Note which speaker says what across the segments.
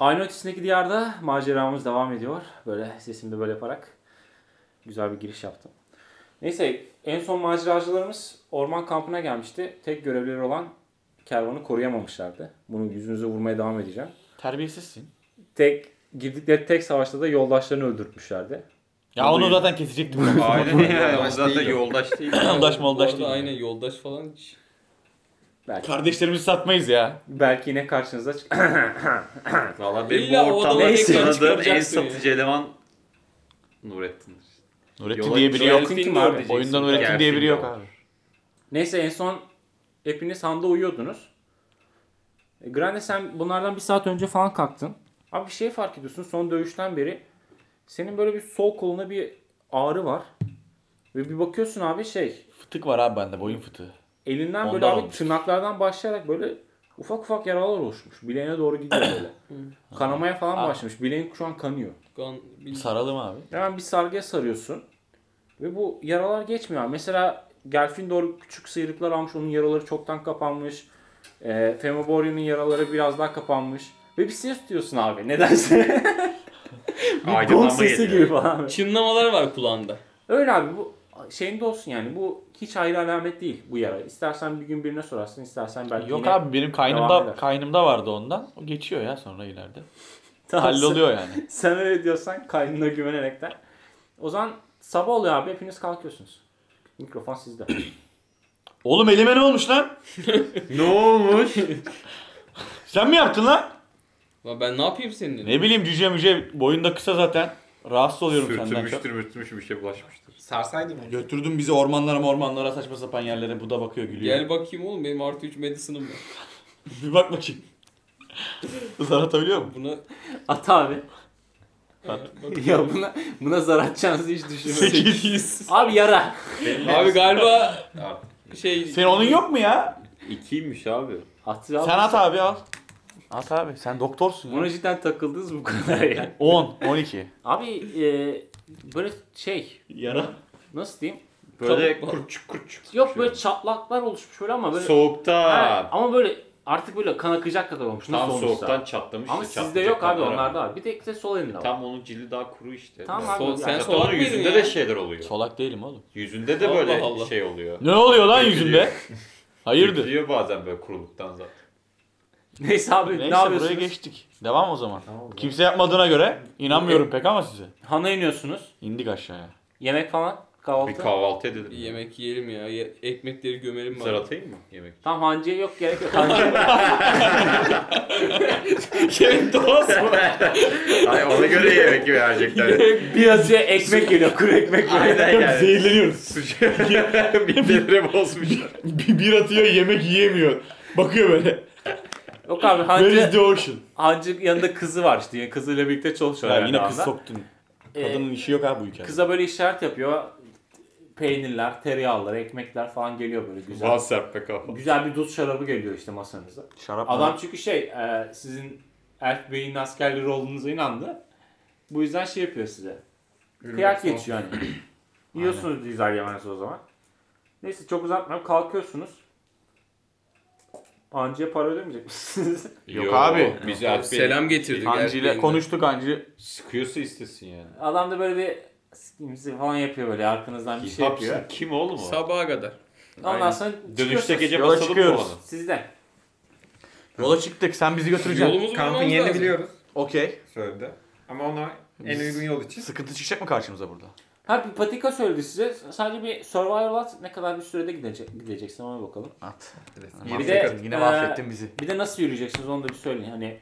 Speaker 1: Aynı ötesindeki diyarda maceramız devam ediyor. Böyle sesimi de böyle yaparak güzel bir giriş yaptım. Neyse en son maceracılarımız orman kampına gelmişti. Tek görevleri olan kervanı koruyamamışlardı. Bunu yüzünüze vurmaya devam edeceğim.
Speaker 2: Terbiyesizsin.
Speaker 1: Tek girdikleri tek savaşta da yoldaşlarını öldürtmüşlerdi.
Speaker 2: Ya onu zaten kesecektim. ben.
Speaker 3: Aynen yani. O
Speaker 4: Yoldaş
Speaker 3: zaten
Speaker 4: değil o.
Speaker 3: yoldaş değil.
Speaker 2: Yoldaş moldaş
Speaker 4: Bu arada
Speaker 2: değil.
Speaker 4: Aynen yoldaş falan hiç.
Speaker 1: Belki,
Speaker 2: Kardeşlerimizi satmayız ya.
Speaker 1: belki yine karşınıza çık-
Speaker 3: Valla benim
Speaker 4: İlla
Speaker 3: bu
Speaker 4: o
Speaker 3: ortamda
Speaker 4: adamı tekrar
Speaker 3: tanıdığım en
Speaker 4: çıkaracaksın
Speaker 3: satıcı eleman Nurettin'dir.
Speaker 2: Nurettin
Speaker 3: Yola-
Speaker 2: diye biri yok.
Speaker 1: Yola-
Speaker 3: Elfin
Speaker 1: Kim
Speaker 3: de
Speaker 1: abi?
Speaker 3: diyeceksin.
Speaker 2: Oyunda Nurettin diye biri yok
Speaker 3: Gerçekten.
Speaker 2: abi.
Speaker 1: Neyse en son hepiniz handa uyuyordunuz. E, Grande sen bunlardan bir saat önce falan kalktın. Abi bir şey fark ediyorsun son dövüşten beri. Senin böyle bir sol koluna bir ağrı var. Ve bir bakıyorsun abi şey
Speaker 2: Fıtık var abi bende boyun fıtığı.
Speaker 1: elinden böyle
Speaker 2: Ondan
Speaker 1: abi
Speaker 2: olmuş.
Speaker 1: tırnaklardan başlayarak böyle ufak ufak yaralar oluşmuş. Bileğine doğru gidiyor böyle. Kanamaya falan başlamış. Bileğin şu an kanıyor.
Speaker 4: Kan, bil-
Speaker 2: Saralım abi.
Speaker 1: Hemen bir sargıya sarıyorsun. Ve bu yaralar geçmiyor. Mesela Gelfindor küçük sıyrıklar almış. Onun yaraları çoktan kapanmış. E, Femoboria'nın yaraları biraz daha kapanmış. Ve bir ses diyorsun abi. Nedense. bir gong
Speaker 3: Aydınlanma
Speaker 1: sesi
Speaker 3: geliyor.
Speaker 1: gibi falan.
Speaker 4: Çınlamalar var kulağında.
Speaker 1: Öyle abi bu şeyinde olsun yani. Bu hiç ayrı alamet değil bu yara. İstersen bir gün birine sorarsın. istersen belki
Speaker 2: Yok
Speaker 1: yine
Speaker 2: abi benim
Speaker 1: devam
Speaker 2: kaynımda
Speaker 1: eder.
Speaker 2: kaynımda vardı ondan. O geçiyor ya sonra ileride.
Speaker 1: Tamam,
Speaker 2: Halloluyor yani.
Speaker 1: Sen öyle diyorsan kaynına güvenerekten. O zaman sabah oluyor abi. Hepiniz kalkıyorsunuz. Mikrofon sizde.
Speaker 2: Oğlum elime ne olmuş lan?
Speaker 3: Ne olmuş?
Speaker 2: Sen mi yaptın lan?
Speaker 4: Lan ben ne yapayım senin dedim.
Speaker 2: Ne bileyim cüce müce boyun da kısa zaten. Rahatsız oluyorum senden çok.
Speaker 3: Sürtünmüştür mürtünmüş bir şey bulaşmıştır.
Speaker 5: Sarsaydım onu.
Speaker 2: Götürdün bizi ormanlara ormanlara saçma sapan yerlere. Bu da bakıyor gülüyor.
Speaker 4: Gel bakayım oğlum benim artı 3 medicine'ım var.
Speaker 2: Bir bak bakayım. Zar atabiliyor mu?
Speaker 4: Buna
Speaker 1: At abi.
Speaker 4: bak.
Speaker 1: Ya buna buna zar atacağınızı hiç düşünmedim.
Speaker 2: 8.
Speaker 1: Abi yara.
Speaker 4: Abi galiba
Speaker 3: Abi,
Speaker 4: şey...
Speaker 2: Senin onun yok mu ya?
Speaker 3: ikiymiş abi.
Speaker 1: At
Speaker 2: Sen at abi al. At abi sen doktorsun.
Speaker 1: Buna cidden takıldınız mı bu kadar ya?
Speaker 2: 10, 12.
Speaker 1: Abi e, böyle şey
Speaker 2: Yara.
Speaker 1: nasıl diyeyim?
Speaker 3: Böyle
Speaker 4: Kabuk var.
Speaker 3: kurçuk kurçuk.
Speaker 1: Yok böyle çatlaklar oluşmuş öyle ama böyle. Ha,
Speaker 3: Soğukta.
Speaker 1: ama böyle artık böyle kan akacak kadar olmuş.
Speaker 3: Tam
Speaker 1: nasıl olmuşsa.
Speaker 3: soğuktan çatlamış.
Speaker 1: Ama
Speaker 3: işte,
Speaker 1: sizde
Speaker 3: çatlayacak
Speaker 1: yok abi
Speaker 3: kadar.
Speaker 1: onlarda var. Bir tek de sol elinde var.
Speaker 3: Tam onun cildi daha kuru işte.
Speaker 1: Tamam
Speaker 3: Yani.
Speaker 1: abi.
Speaker 4: Sol- sen
Speaker 1: Yani
Speaker 3: Hatta
Speaker 4: solak
Speaker 3: onun
Speaker 4: mıydın
Speaker 3: yüzünde
Speaker 4: ya?
Speaker 3: de şey- şeyler oluyor.
Speaker 2: Solak değilim oğlum.
Speaker 3: Yüzünde de
Speaker 4: Allah
Speaker 3: böyle
Speaker 4: Allah.
Speaker 3: şey oluyor.
Speaker 2: Ne oluyor lan
Speaker 3: Dökülüyor.
Speaker 2: yüzünde? Hayırdır?
Speaker 3: Dökülüyor bazen böyle kuruluktan zaten.
Speaker 1: Neyse abi ne
Speaker 2: Neyse buraya
Speaker 1: yapıyorsunuz?
Speaker 2: geçtik. Devam o zaman. Kimse yapmadığına göre inanmıyorum pek ama size.
Speaker 1: Hana iniyorsunuz.
Speaker 2: İndik aşağıya.
Speaker 1: Yemek falan kahvaltı.
Speaker 3: Bir kahvaltı edelim.
Speaker 4: Bir Yemek yiyelim ya. Ye- Ekmekleri gömelim
Speaker 3: Zar
Speaker 4: bari.
Speaker 3: atayım mı yemek?
Speaker 1: Tam hancıya yok gerek yok. Hancı-
Speaker 4: Yemek doğası.
Speaker 3: Hayır ona göre yemek verecekler.
Speaker 1: Biraz ya ekmek geliyor. Kuru ekmek geliyor.
Speaker 3: Aynen yani.
Speaker 2: Zehirleniyoruz.
Speaker 3: Sucuk. Mideleri bozmuş.
Speaker 2: bir, bir atıyor yemek yiyemiyor. Bakıyor böyle.
Speaker 1: Yok abi
Speaker 2: Where
Speaker 1: hancı,
Speaker 2: is the ocean?
Speaker 1: hancı yanında kızı var işte. Yani Kızıyla birlikte çalışıyor.
Speaker 2: Ya
Speaker 1: herhalde
Speaker 2: yine kız
Speaker 1: anda.
Speaker 2: soktun.
Speaker 1: Ee,
Speaker 2: Kadının işi yok abi bu hikayede.
Speaker 1: Kıza böyle işaret yapıyor. Peynirler, tereyağlar, ekmekler falan geliyor böyle güzel.
Speaker 3: Bal serpme kafa.
Speaker 1: Güzel bir dut şarabı geliyor işte masanıza.
Speaker 2: Şarap
Speaker 1: Adam çünkü şey e, sizin Elf Bey'in askerleri olduğunuza inandı. Bu yüzden şey yapıyor size. Kıyak geçiyor hani. Yiyorsunuz güzel yemeğinizi o zaman. Neyse çok uzatmıyorum. Kalkıyorsunuz. Ancıya para ödemeyecek misiniz?
Speaker 2: Yok abi.
Speaker 3: Biz
Speaker 4: Abi,
Speaker 3: Alp Bey'i
Speaker 4: selam getirdik.
Speaker 2: Hancı ile
Speaker 4: erkeğinden.
Speaker 2: konuştuk hancı.
Speaker 3: Sıkıyorsa istesin yani.
Speaker 1: Adam da böyle bir s**kimsi falan yapıyor böyle arkanızdan bir şey
Speaker 3: Hapsın.
Speaker 1: yapıyor.
Speaker 3: Kim oğlum o?
Speaker 4: Sabaha kadar.
Speaker 1: Ondan
Speaker 3: Aynen.
Speaker 1: sonra
Speaker 3: Dönüşte
Speaker 1: çıkıyorsunuz.
Speaker 3: gece
Speaker 2: Yola
Speaker 3: basalım mı
Speaker 2: çıkıyoruz.
Speaker 3: onu?
Speaker 1: Sizden.
Speaker 2: Yola çıktık sen bizi götüreceksin.
Speaker 4: Yolumuzu
Speaker 5: Kampın
Speaker 4: bulmamız
Speaker 5: yerini
Speaker 4: lazım.
Speaker 5: biliyoruz.
Speaker 2: Okey.
Speaker 5: Söyledi. Ama ona en uygun yol için.
Speaker 2: Sıkıntı çıkacak mı karşımıza burada?
Speaker 1: Ha bir patika söyledi size. Sadece bir survival at ne kadar bir sürede gidecek, gideceksin ona bakalım.
Speaker 2: At.
Speaker 5: Bir
Speaker 1: de-
Speaker 5: de e,
Speaker 2: Yine
Speaker 1: Ee,
Speaker 2: mahvettin bizi.
Speaker 1: Bir de nasıl yürüyeceksiniz onu da bir söyleyin. Hani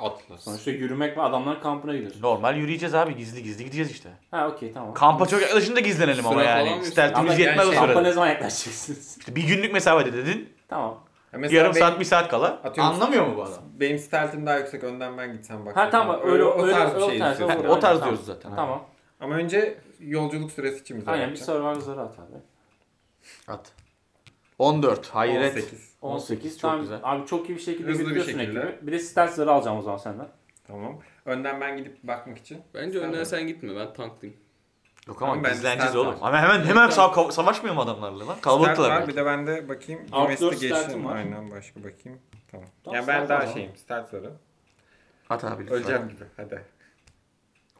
Speaker 3: Atlas.
Speaker 1: sonuçta yürümek ve adamların kampına gidiyorsun.
Speaker 2: Normal yürüyeceğiz abi gizli gizli gideceğiz işte.
Speaker 1: Ha okey tamam.
Speaker 2: Kampa çok yaklaşınca gizlenelim ama
Speaker 4: Sıra
Speaker 2: yani.
Speaker 4: falan mı
Speaker 2: Stealth'imiz
Speaker 5: istiyorsun?
Speaker 2: yetmez o
Speaker 5: Yani şey-
Speaker 1: Kampa
Speaker 2: sırada.
Speaker 1: ne zaman yaklaşacaksınız?
Speaker 2: İşte bir günlük mesafede dedin.
Speaker 1: tamam.
Speaker 5: mesela
Speaker 2: Yarım
Speaker 5: benim,
Speaker 2: saat bir saat kala.
Speaker 5: Atıyorum.
Speaker 2: Anlamıyor mu bu adam?
Speaker 5: benim stealth'im daha yüksek önden ben gitsem bak.
Speaker 1: Ha tamam öyle
Speaker 5: o tarz bir
Speaker 1: öyle-
Speaker 5: şey
Speaker 1: o tarz,
Speaker 5: istiyorsun.
Speaker 1: olur.
Speaker 2: O tarz
Speaker 1: Tamam.
Speaker 2: diyoruz zaten. ha.
Speaker 1: Tamam.
Speaker 5: Ama önce yolculuk süresi için bize
Speaker 1: Aynen bir
Speaker 5: bakacağız.
Speaker 1: survival zarı at abi.
Speaker 2: At. 14. Hayret.
Speaker 5: 18.
Speaker 1: 18
Speaker 2: çok
Speaker 1: tamam.
Speaker 2: güzel.
Speaker 1: Abi çok iyi bir şekilde
Speaker 5: Hızlı bir
Speaker 1: gidiyorsun
Speaker 5: şekilde.
Speaker 1: ekibi. Bir de stans zarı alacağım o zaman senden.
Speaker 5: Tamam. Önden ben gidip bakmak için.
Speaker 4: Bence
Speaker 5: Sen
Speaker 4: önden
Speaker 5: de.
Speaker 4: sen gitme ben tanklıyım.
Speaker 2: Yok ama
Speaker 5: Tamam, ben
Speaker 2: gizleneceğiz
Speaker 5: stealth
Speaker 2: oğlum.
Speaker 5: var.
Speaker 2: Ama hemen hemen sa- kav- savaşmıyor mu adamlarla lan?
Speaker 5: Stealth
Speaker 2: Kalabalıklar.
Speaker 5: var bir
Speaker 2: belki.
Speaker 5: de ben de bakayım.
Speaker 1: Outdoor stealth'im
Speaker 5: Investigation
Speaker 1: var.
Speaker 5: Aynen başka bakayım. Tamam.
Speaker 1: Tamam,
Speaker 5: yani ben
Speaker 1: stealth
Speaker 5: daha
Speaker 1: var o zaman.
Speaker 5: şeyim. Stealth zarı.
Speaker 2: At abi lütfen.
Speaker 5: Öleceğim gibi. Hadi.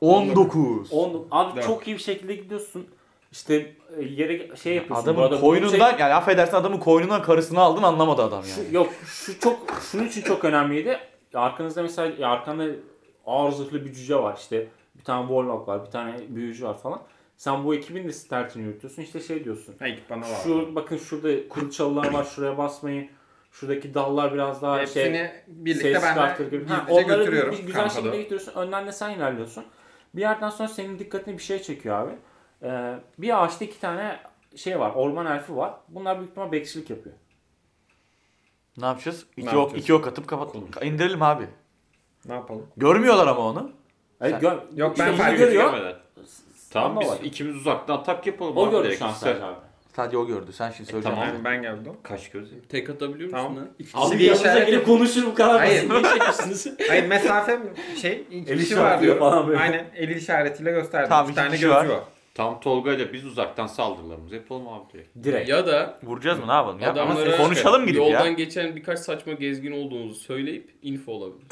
Speaker 2: 19.
Speaker 1: On, abi
Speaker 5: Dört.
Speaker 1: çok iyi bir şekilde gidiyorsun. İşte e, yere şey yapıyorsun.
Speaker 2: Adamın
Speaker 1: bu arada
Speaker 2: koynundan
Speaker 5: şey-
Speaker 1: bunu
Speaker 2: yani affedersin adamın koynundan karısını aldın anlamadı adam
Speaker 1: çek-
Speaker 2: yani.
Speaker 1: Şu, yok şu çok şunun için çok önemliydi. Arkanızda mesela ya arkanda ağır zırhlı bir cüce var işte. Bir tane warlock var, bir tane büyücü var falan. Sen bu ekibin de stertini yürütüyorsun. İşte şey diyorsun.
Speaker 5: Ha git bana var.
Speaker 1: Şu bakın şurada kuru çalılar var şuraya basmayın. Şuradaki dallar biraz daha şey.
Speaker 5: Hepsini birlikte
Speaker 1: Ses
Speaker 5: ben de
Speaker 1: çıkartır gibi. Ha,
Speaker 5: gizlice
Speaker 1: onları
Speaker 5: götürüyorum
Speaker 1: bir- bir güzel
Speaker 5: kampada.
Speaker 1: şekilde getiriyorsun. Önden de sen ilerliyorsun. Bir yerden sonra senin dikkatini bir şey çekiyor abi. Ee, bir ağaçta iki tane şey var. Orman elfi var. Bunlar büyük ihtimal bekçilik yapıyor.
Speaker 2: Ne yapacağız? İki,
Speaker 5: Ne
Speaker 2: ok, iki ok atıp kapat. İndirelim abi.
Speaker 5: Ne yapalım?
Speaker 2: Görmüyorlar ama onu.
Speaker 1: Hayır, gör-
Speaker 5: Yok, ben
Speaker 1: İşte
Speaker 5: fark
Speaker 1: bizi görüyor.
Speaker 3: Görmeden. Tamam
Speaker 1: Ama
Speaker 3: biz
Speaker 1: var.
Speaker 3: ikimiz uzaktan atak yapalım.
Speaker 1: O
Speaker 3: abi
Speaker 1: gördü
Speaker 3: direkt.
Speaker 1: şu an
Speaker 3: Sen-
Speaker 1: sadece abi.
Speaker 2: Sadece o gördü. Sen şimdi söyleyeceksin.
Speaker 3: tamam.
Speaker 5: Yani ben geldim.
Speaker 3: Kaş gözü.
Speaker 4: Tek atabiliyor musun
Speaker 5: Tamam.
Speaker 4: lan?
Speaker 5: Abi
Speaker 1: bir yanınıza gelip konuşur bu kadar
Speaker 5: Hayır.
Speaker 1: basit. Ne çekmişsiniz?
Speaker 5: Hayır mesafem şey
Speaker 1: El
Speaker 5: el işi
Speaker 1: işareti
Speaker 5: var diyor.
Speaker 1: falan böyle.
Speaker 5: Aynen el işaretiyle gösterdim.
Speaker 2: Tamam,
Speaker 5: Tamam,
Speaker 2: iki
Speaker 5: tane
Speaker 2: kişi
Speaker 5: gözü
Speaker 2: var.
Speaker 5: var.
Speaker 3: Tam Tolga ile biz uzaktan saldırılarımızı yapalım abi direkt.
Speaker 1: Direkt.
Speaker 4: Ya da
Speaker 2: Vuracağız mı ne yapalım? Ya,
Speaker 4: adamlara
Speaker 2: konuşalım gidip
Speaker 4: yoldan
Speaker 2: ya.
Speaker 4: geçen birkaç saçma gezgin olduğunuzu söyleyip info olabilir.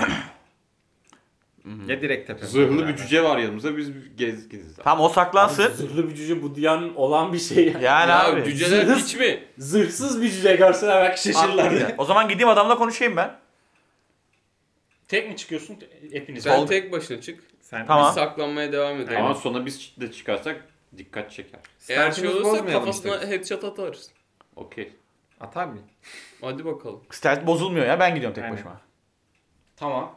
Speaker 5: Ya direkt tepe.
Speaker 3: Zırhlı bir cüce var yanımızda biz gez gideceğiz.
Speaker 2: Tamam o saklansın.
Speaker 1: Zırhlı bir cüce bu dünyanın olan bir şey. yani.
Speaker 2: Yani
Speaker 4: ya
Speaker 2: abi.
Speaker 4: cüceler
Speaker 2: Zırhız-
Speaker 4: hiç mi?
Speaker 1: Zırhsız bir cüce görseler belki şaşırırlar.
Speaker 2: Haklı. o zaman gideyim adamla konuşayım ben.
Speaker 1: Tek mi çıkıyorsun? Hepiniz.
Speaker 4: Sen
Speaker 2: Sol-
Speaker 4: tek başına çık.
Speaker 5: Sen
Speaker 2: Tamam.
Speaker 4: Biz saklanmaya devam edelim.
Speaker 3: Ama sonra biz de çıkarsak dikkat çeker.
Speaker 4: Eğer şey
Speaker 5: Stertimizi
Speaker 4: olursa
Speaker 5: bozmayalım
Speaker 4: kafasına
Speaker 5: işte.
Speaker 4: headshot atarız.
Speaker 3: Okey.
Speaker 5: Atar mı?
Speaker 4: Hadi bakalım.
Speaker 2: Stealth bozulmuyor ya ben gidiyorum tek
Speaker 5: Aynen.
Speaker 2: başıma.
Speaker 1: Tamam.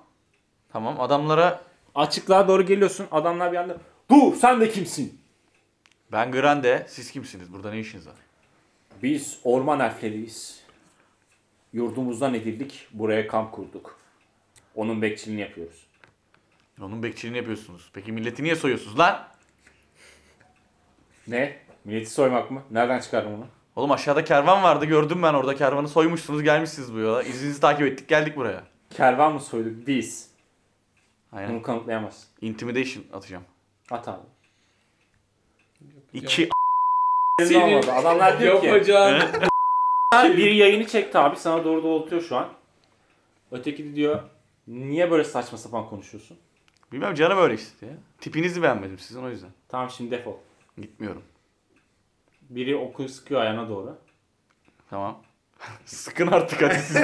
Speaker 2: Tamam adamlara
Speaker 1: Açıklığa doğru geliyorsun. Adamlar bir anda bu sen de kimsin?
Speaker 2: ben Grande siz kimsiniz burada ne işiniz var?
Speaker 1: Biz orman elfleriyiz. Yurdumuzdan edildik, buraya kamp kurduk. Onun bekçiliğini yapıyoruz.
Speaker 2: Onun bekçiliğini yapıyorsunuz. Peki milleti niye soyuyorsunuz lan?
Speaker 1: Ne? Milleti soymak mı? Nereden çıkardın bunu?
Speaker 2: Oğlum aşağıda kervan vardı gördüm ben orada kervanı soymuşsunuz gelmişsiniz bu yola. İzninizi takip ettik geldik buraya.
Speaker 1: Kervan mı soyduk? Biz. Bunu
Speaker 2: Aynen.
Speaker 1: kanıtlayamaz.
Speaker 2: Intimidation atacağım.
Speaker 1: At abi.
Speaker 2: İki
Speaker 1: Elinde olmadı. Adamlar diyor ki.
Speaker 4: Yapacağın şey
Speaker 1: Adamlar bir yayını çekti abi. Sana doğru doğrultuyor şu an. Öteki de diyor. Niye böyle saçma sapan konuşuyorsun?
Speaker 2: bilmem canım öyle işte. ya. Tipinizi beğenmedim sizin o yüzden.
Speaker 1: Tamam şimdi defol.
Speaker 2: Gitmiyorum.
Speaker 1: Biri oku sıkıyor ayağına doğru.
Speaker 2: Tamam. Sıkın artık hadi siz.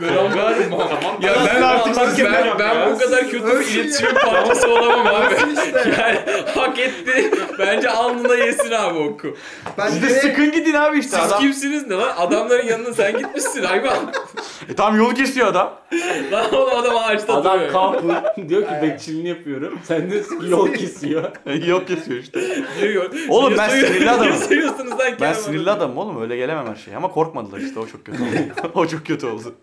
Speaker 4: Gram var mı?
Speaker 3: Tamam.
Speaker 4: Ya
Speaker 2: Adam
Speaker 4: ben
Speaker 2: sen artık
Speaker 4: artık ben,
Speaker 2: sakin
Speaker 4: ben,
Speaker 2: ol
Speaker 5: ya.
Speaker 4: bu kadar kötü bir
Speaker 5: Öyle
Speaker 4: iletişim parçası olamam abi. Yani hak etti. Bence alnına yesin abi oku.
Speaker 5: Ben
Speaker 2: Siz de sıkın gidin abi işte
Speaker 4: Siz
Speaker 2: adam.
Speaker 4: kimsiniz ne lan? Adamların yanına sen gitmişsin hayvan.
Speaker 2: E, tam yolu kesiyor adam.
Speaker 4: lan oğlum adam ağaçta
Speaker 1: Adam
Speaker 4: duruyor.
Speaker 1: kampı diyor ki bekçilini yapıyorum. Sen de yol kesiyor.
Speaker 2: E, Yol kesiyor işte.
Speaker 4: Giriyor.
Speaker 2: Oğlum
Speaker 4: Niye
Speaker 2: ben
Speaker 4: soyuyor-
Speaker 2: sinirli adamım.
Speaker 4: Niye soyuyorsunuz lan
Speaker 2: Ben
Speaker 4: Kerem
Speaker 2: sinirli adamım oğlum öyle gelemem her şeye ama korkmadılar işte o çok kötü oldu. o çok kötü oldu.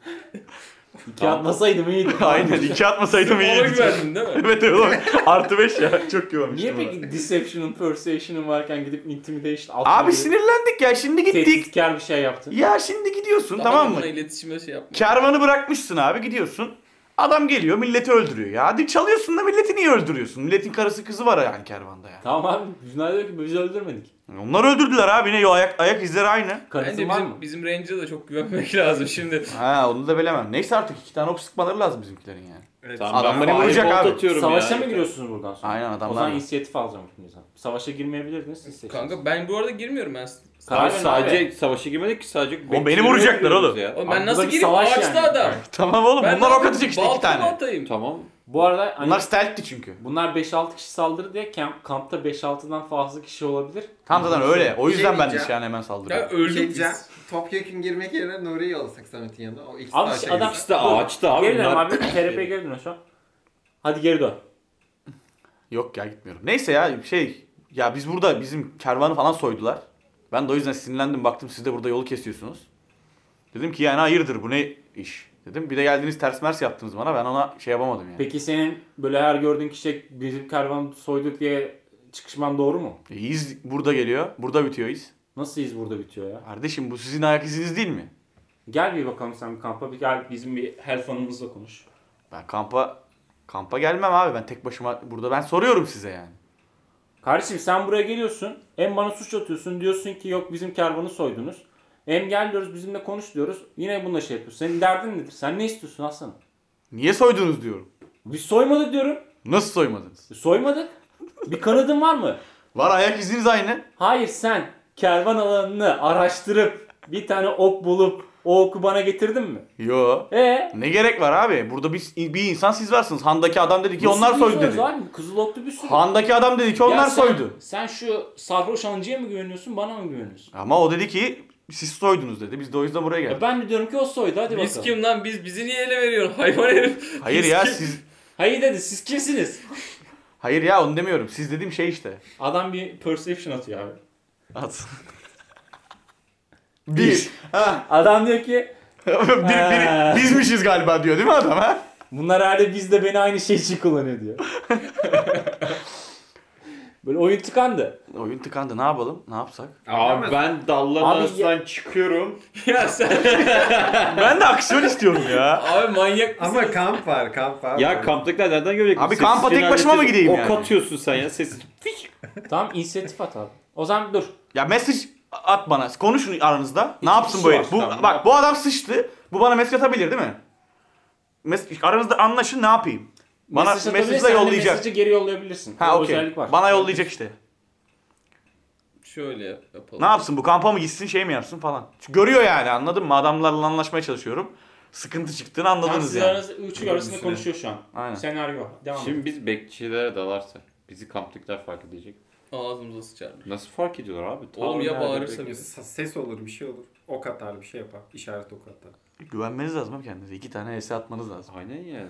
Speaker 1: İki atmasaydım iyiydi.
Speaker 2: Aynen iki atmasaydım
Speaker 4: Ona
Speaker 2: iyiydi.
Speaker 4: güvendin değil mi?
Speaker 2: evet evet oğlum artı 5 ya çok güvenmiş.
Speaker 1: Niye peki Deception'ın, Persuasion'ın varken gidip Intimidation altına
Speaker 2: Abi sinirlendik ya şimdi gittik.
Speaker 1: tehditkar bir şey yaptın?
Speaker 2: Ya şimdi gidiyorsun tamam mı?
Speaker 4: Adamla iletişime şey yapma.
Speaker 2: Kervanı bırakmışsın abi gidiyorsun. Adam geliyor milleti öldürüyor ya. Hadi çalıyorsun da milleti niye öldürüyorsun? Milletin karısı kızı var yani kervanda ya.
Speaker 1: Tamam abi Junay diyor ki bizi öldürmedik.
Speaker 2: Onlar öldürdüler abi ne ayak, ayak izleri aynı.
Speaker 1: Karısı
Speaker 4: Bence
Speaker 1: var
Speaker 4: bizim,
Speaker 1: mı?
Speaker 4: bizim Ranger'a da çok güvenmek lazım şimdi.
Speaker 2: Ha onu da bilemem. Neyse artık iki tane ok sıkmaları lazım bizimkilerin yani.
Speaker 5: Evet.
Speaker 3: Tamam,
Speaker 2: Adam
Speaker 3: ben
Speaker 2: beni
Speaker 3: fireball
Speaker 2: vuracak abi.
Speaker 3: atıyorum
Speaker 1: Savaşa
Speaker 3: ya.
Speaker 1: mı giriyorsunuz buradan sonra?
Speaker 2: Aynen, adamlar
Speaker 1: O zaman
Speaker 2: mı?
Speaker 1: inisiyatif alacağım hepinizden. Savaşa girmeyebilirdiniz siz seçin.
Speaker 4: Kanka ben bu arada girmiyorum ben.
Speaker 1: Karar
Speaker 3: Abi
Speaker 1: verin
Speaker 3: sadece
Speaker 1: abi.
Speaker 3: savaşa girmedik ki sadece.
Speaker 2: beni vuracaklar oğlum.
Speaker 3: Ya.
Speaker 4: Oğlum
Speaker 1: Abi bu
Speaker 4: ben
Speaker 1: da
Speaker 4: nasıl
Speaker 1: bir
Speaker 4: gireyim?
Speaker 1: savaş
Speaker 4: Ağaçta
Speaker 1: yani.
Speaker 4: adam.
Speaker 2: Tamam oğlum
Speaker 4: Ben
Speaker 2: bunlar
Speaker 4: ne
Speaker 2: ok atacak işte
Speaker 4: yapayım?
Speaker 2: iki
Speaker 4: Baltama
Speaker 2: tane.
Speaker 4: atayım.
Speaker 3: Tamam.
Speaker 1: Bu arada hani
Speaker 2: Bunlar stealth'ti çünkü.
Speaker 1: bunlar 5-6 kişi saldırı diye kamp, kampta 5-6'dan fazla kişi olabilir.
Speaker 2: Tam zaten öyle. O
Speaker 5: Şey
Speaker 2: yüzden ben de
Speaker 5: diyeceğim.
Speaker 2: şu an hemen
Speaker 4: Ya
Speaker 2: saldırıyorum.
Speaker 5: Şey
Speaker 4: öldük
Speaker 5: diyeceğim.
Speaker 4: biz.
Speaker 5: Topyekun girmek yerine Nuri'yi alsak Samet'in yanına. O ikisi
Speaker 1: Abi
Speaker 5: daha
Speaker 1: şey-
Speaker 5: şey.
Speaker 1: adam-
Speaker 5: güzel.
Speaker 3: İkisi de ağaçta abi.
Speaker 1: Geri dön
Speaker 3: bunlar-
Speaker 1: abi. TRP'ye geri dön şu an. Hadi geri dön.
Speaker 2: Yok ya gitmiyorum. Neyse ya şey ya biz burada bizim kervanı falan soydular. Ben de o yüzden sinirlendim baktım siz de burada yolu kesiyorsunuz. Dedim ki yani hayırdır bu ne iş? Dedim bir de geldiniz ters mers yaptınız bana ben ona şey yapamadım yani.
Speaker 1: Peki senin böyle her gördüğün kişi bizim kervan soyduk diye çıkışman doğru mu?
Speaker 2: E, iz burada geliyor. Burada bitiyor iz.
Speaker 1: Nasıl iz burada bitiyor ya?
Speaker 2: Kardeşim bu sizin ayak iziniz değil mi?
Speaker 1: Gel bir bakalım sen bir kampa. Bir gel bizim bir health hanımızla konuş.
Speaker 2: Ben kampa kampa gelmem abi ben tek başıma burada ben soruyorum size yani.
Speaker 1: Kardeşim sen buraya geliyorsun. Hem bana suç atıyorsun. Diyorsun ki yok bizim kervanı soydunuz. Hem gel diyoruz bizimle konuş diyoruz. Yine bununla şey yapıyorsun. Senin derdin nedir? Sen ne istiyorsun aslanım?
Speaker 2: Niye soydunuz diyorum.
Speaker 1: Biz soymadık diyorum. E,
Speaker 2: Nasıl soymadınız?
Speaker 1: Soymadık. Bir kanıtın var mı?
Speaker 2: Var ayak iziniz aynı.
Speaker 1: Hayır sen kervan alanını araştırıp bir tane ok bulup o oku bana getirdin mi?
Speaker 2: Yo.
Speaker 1: E
Speaker 2: Ne gerek var abi? Burada bir, bir insan siz varsınız. Handaki adam dedi ki onlar
Speaker 1: Biz
Speaker 2: soydu
Speaker 1: soyuyoruz
Speaker 2: dedi.
Speaker 1: Abi. Kızıl oklu bir sürü.
Speaker 2: Handaki adam dedi ki
Speaker 1: Ya
Speaker 2: onlar
Speaker 1: sen-
Speaker 2: soydu.
Speaker 1: Sen şu sarhoş ancıya mı güveniyorsun bana mı güveniyorsun?
Speaker 2: Ama o dedi ki siz soydunuz dedi. Biz de o yüzden buraya
Speaker 1: Ya
Speaker 2: geldik.
Speaker 1: ben de diyorum ki o soydu hadi
Speaker 4: Biz
Speaker 1: bakalım.
Speaker 4: kim lan? Biz bizi niye ele veriyorsun hayvan herif?
Speaker 2: Hayır
Speaker 4: Biz
Speaker 2: ya
Speaker 4: kim?
Speaker 2: siz
Speaker 1: Hayır dedi siz kimsiniz?
Speaker 2: Hayır ya onu demiyorum. Siz dediğim şey işte.
Speaker 1: Adam bir perception atıyor abi.
Speaker 2: At. Bir. ha.
Speaker 1: Adam diyor ki
Speaker 2: bir, biri- bizmişiz galiba diyor değil mi adam ha?
Speaker 1: bunlar herhalde biz de beni aynı şey için kullanıyor diyor. Böyle oyun tıkandı.
Speaker 2: Oyun tıkandı ne yapalım? Ne yapsak?
Speaker 3: Abi ben dallanasından
Speaker 1: Abi ya-
Speaker 3: çıkıyorum.
Speaker 4: Ya sen
Speaker 2: ben de aksiyon istiyorum ya.
Speaker 4: abi manyak mısın?
Speaker 5: Ama kamp var kamp var.
Speaker 3: Ya kamptakiler nereden görecek?
Speaker 2: Abi
Speaker 3: Sessiz
Speaker 2: kampa tek başıma mı
Speaker 3: cenazete
Speaker 2: gideyim yani?
Speaker 3: Ok atıyorsun sen ya sessiz. Fiş.
Speaker 1: Tamam inisiyatif at abi. O zaman dur.
Speaker 2: Ya mesaj at bana. Konuşun aranızda. Ne yapsın
Speaker 3: kişi
Speaker 2: bu
Speaker 3: var,
Speaker 2: herif? Bu,
Speaker 3: tamam.
Speaker 2: bak bu adam sıçtı. Bu bana mesaj atabilir değil mi? Mes- aranızda anlaşın ne yapayım? Bana
Speaker 1: Mesaj
Speaker 2: mesajı da
Speaker 1: atabilirsen de
Speaker 2: yollayacak.
Speaker 1: hani Mesajı geri yollayabilirsin.
Speaker 2: Ha
Speaker 1: o
Speaker 2: okey.
Speaker 1: özellik var.
Speaker 2: Bana yollayacak işte.
Speaker 4: Şöyle yapalım.
Speaker 2: Ne yapsın bu kampa mı gitsin şey mi yapsın falan. Çünkü görüyor yani anladın mı? Adamlarla anlaşmaya çalışıyorum. Sıkıntı çıktığını
Speaker 1: Tamam,
Speaker 2: anladınız
Speaker 1: siz
Speaker 2: yani.
Speaker 1: aranızda üçü arasında konuşuyor şu an.
Speaker 2: Aynen.
Speaker 1: Senaryo. Devam Şimdi...
Speaker 3: Şimdi biz bekçilere dalarsa bizi kamptakiler fark edecek.
Speaker 4: Ağzımıza sıçarlar.
Speaker 3: Nasıl fark ediyorlar abi? Ta
Speaker 4: Oğlum ya
Speaker 3: nerede
Speaker 4: bağırırsa
Speaker 3: bekliyor?
Speaker 4: biz.
Speaker 5: S- Ses olur bir şey olur. Ok atar bir şey yapar. İşaret ok atar.
Speaker 2: E, Güvenmeniz lazım abi kendinize. İki tane ES atmanız lazım.
Speaker 3: Aynen yani.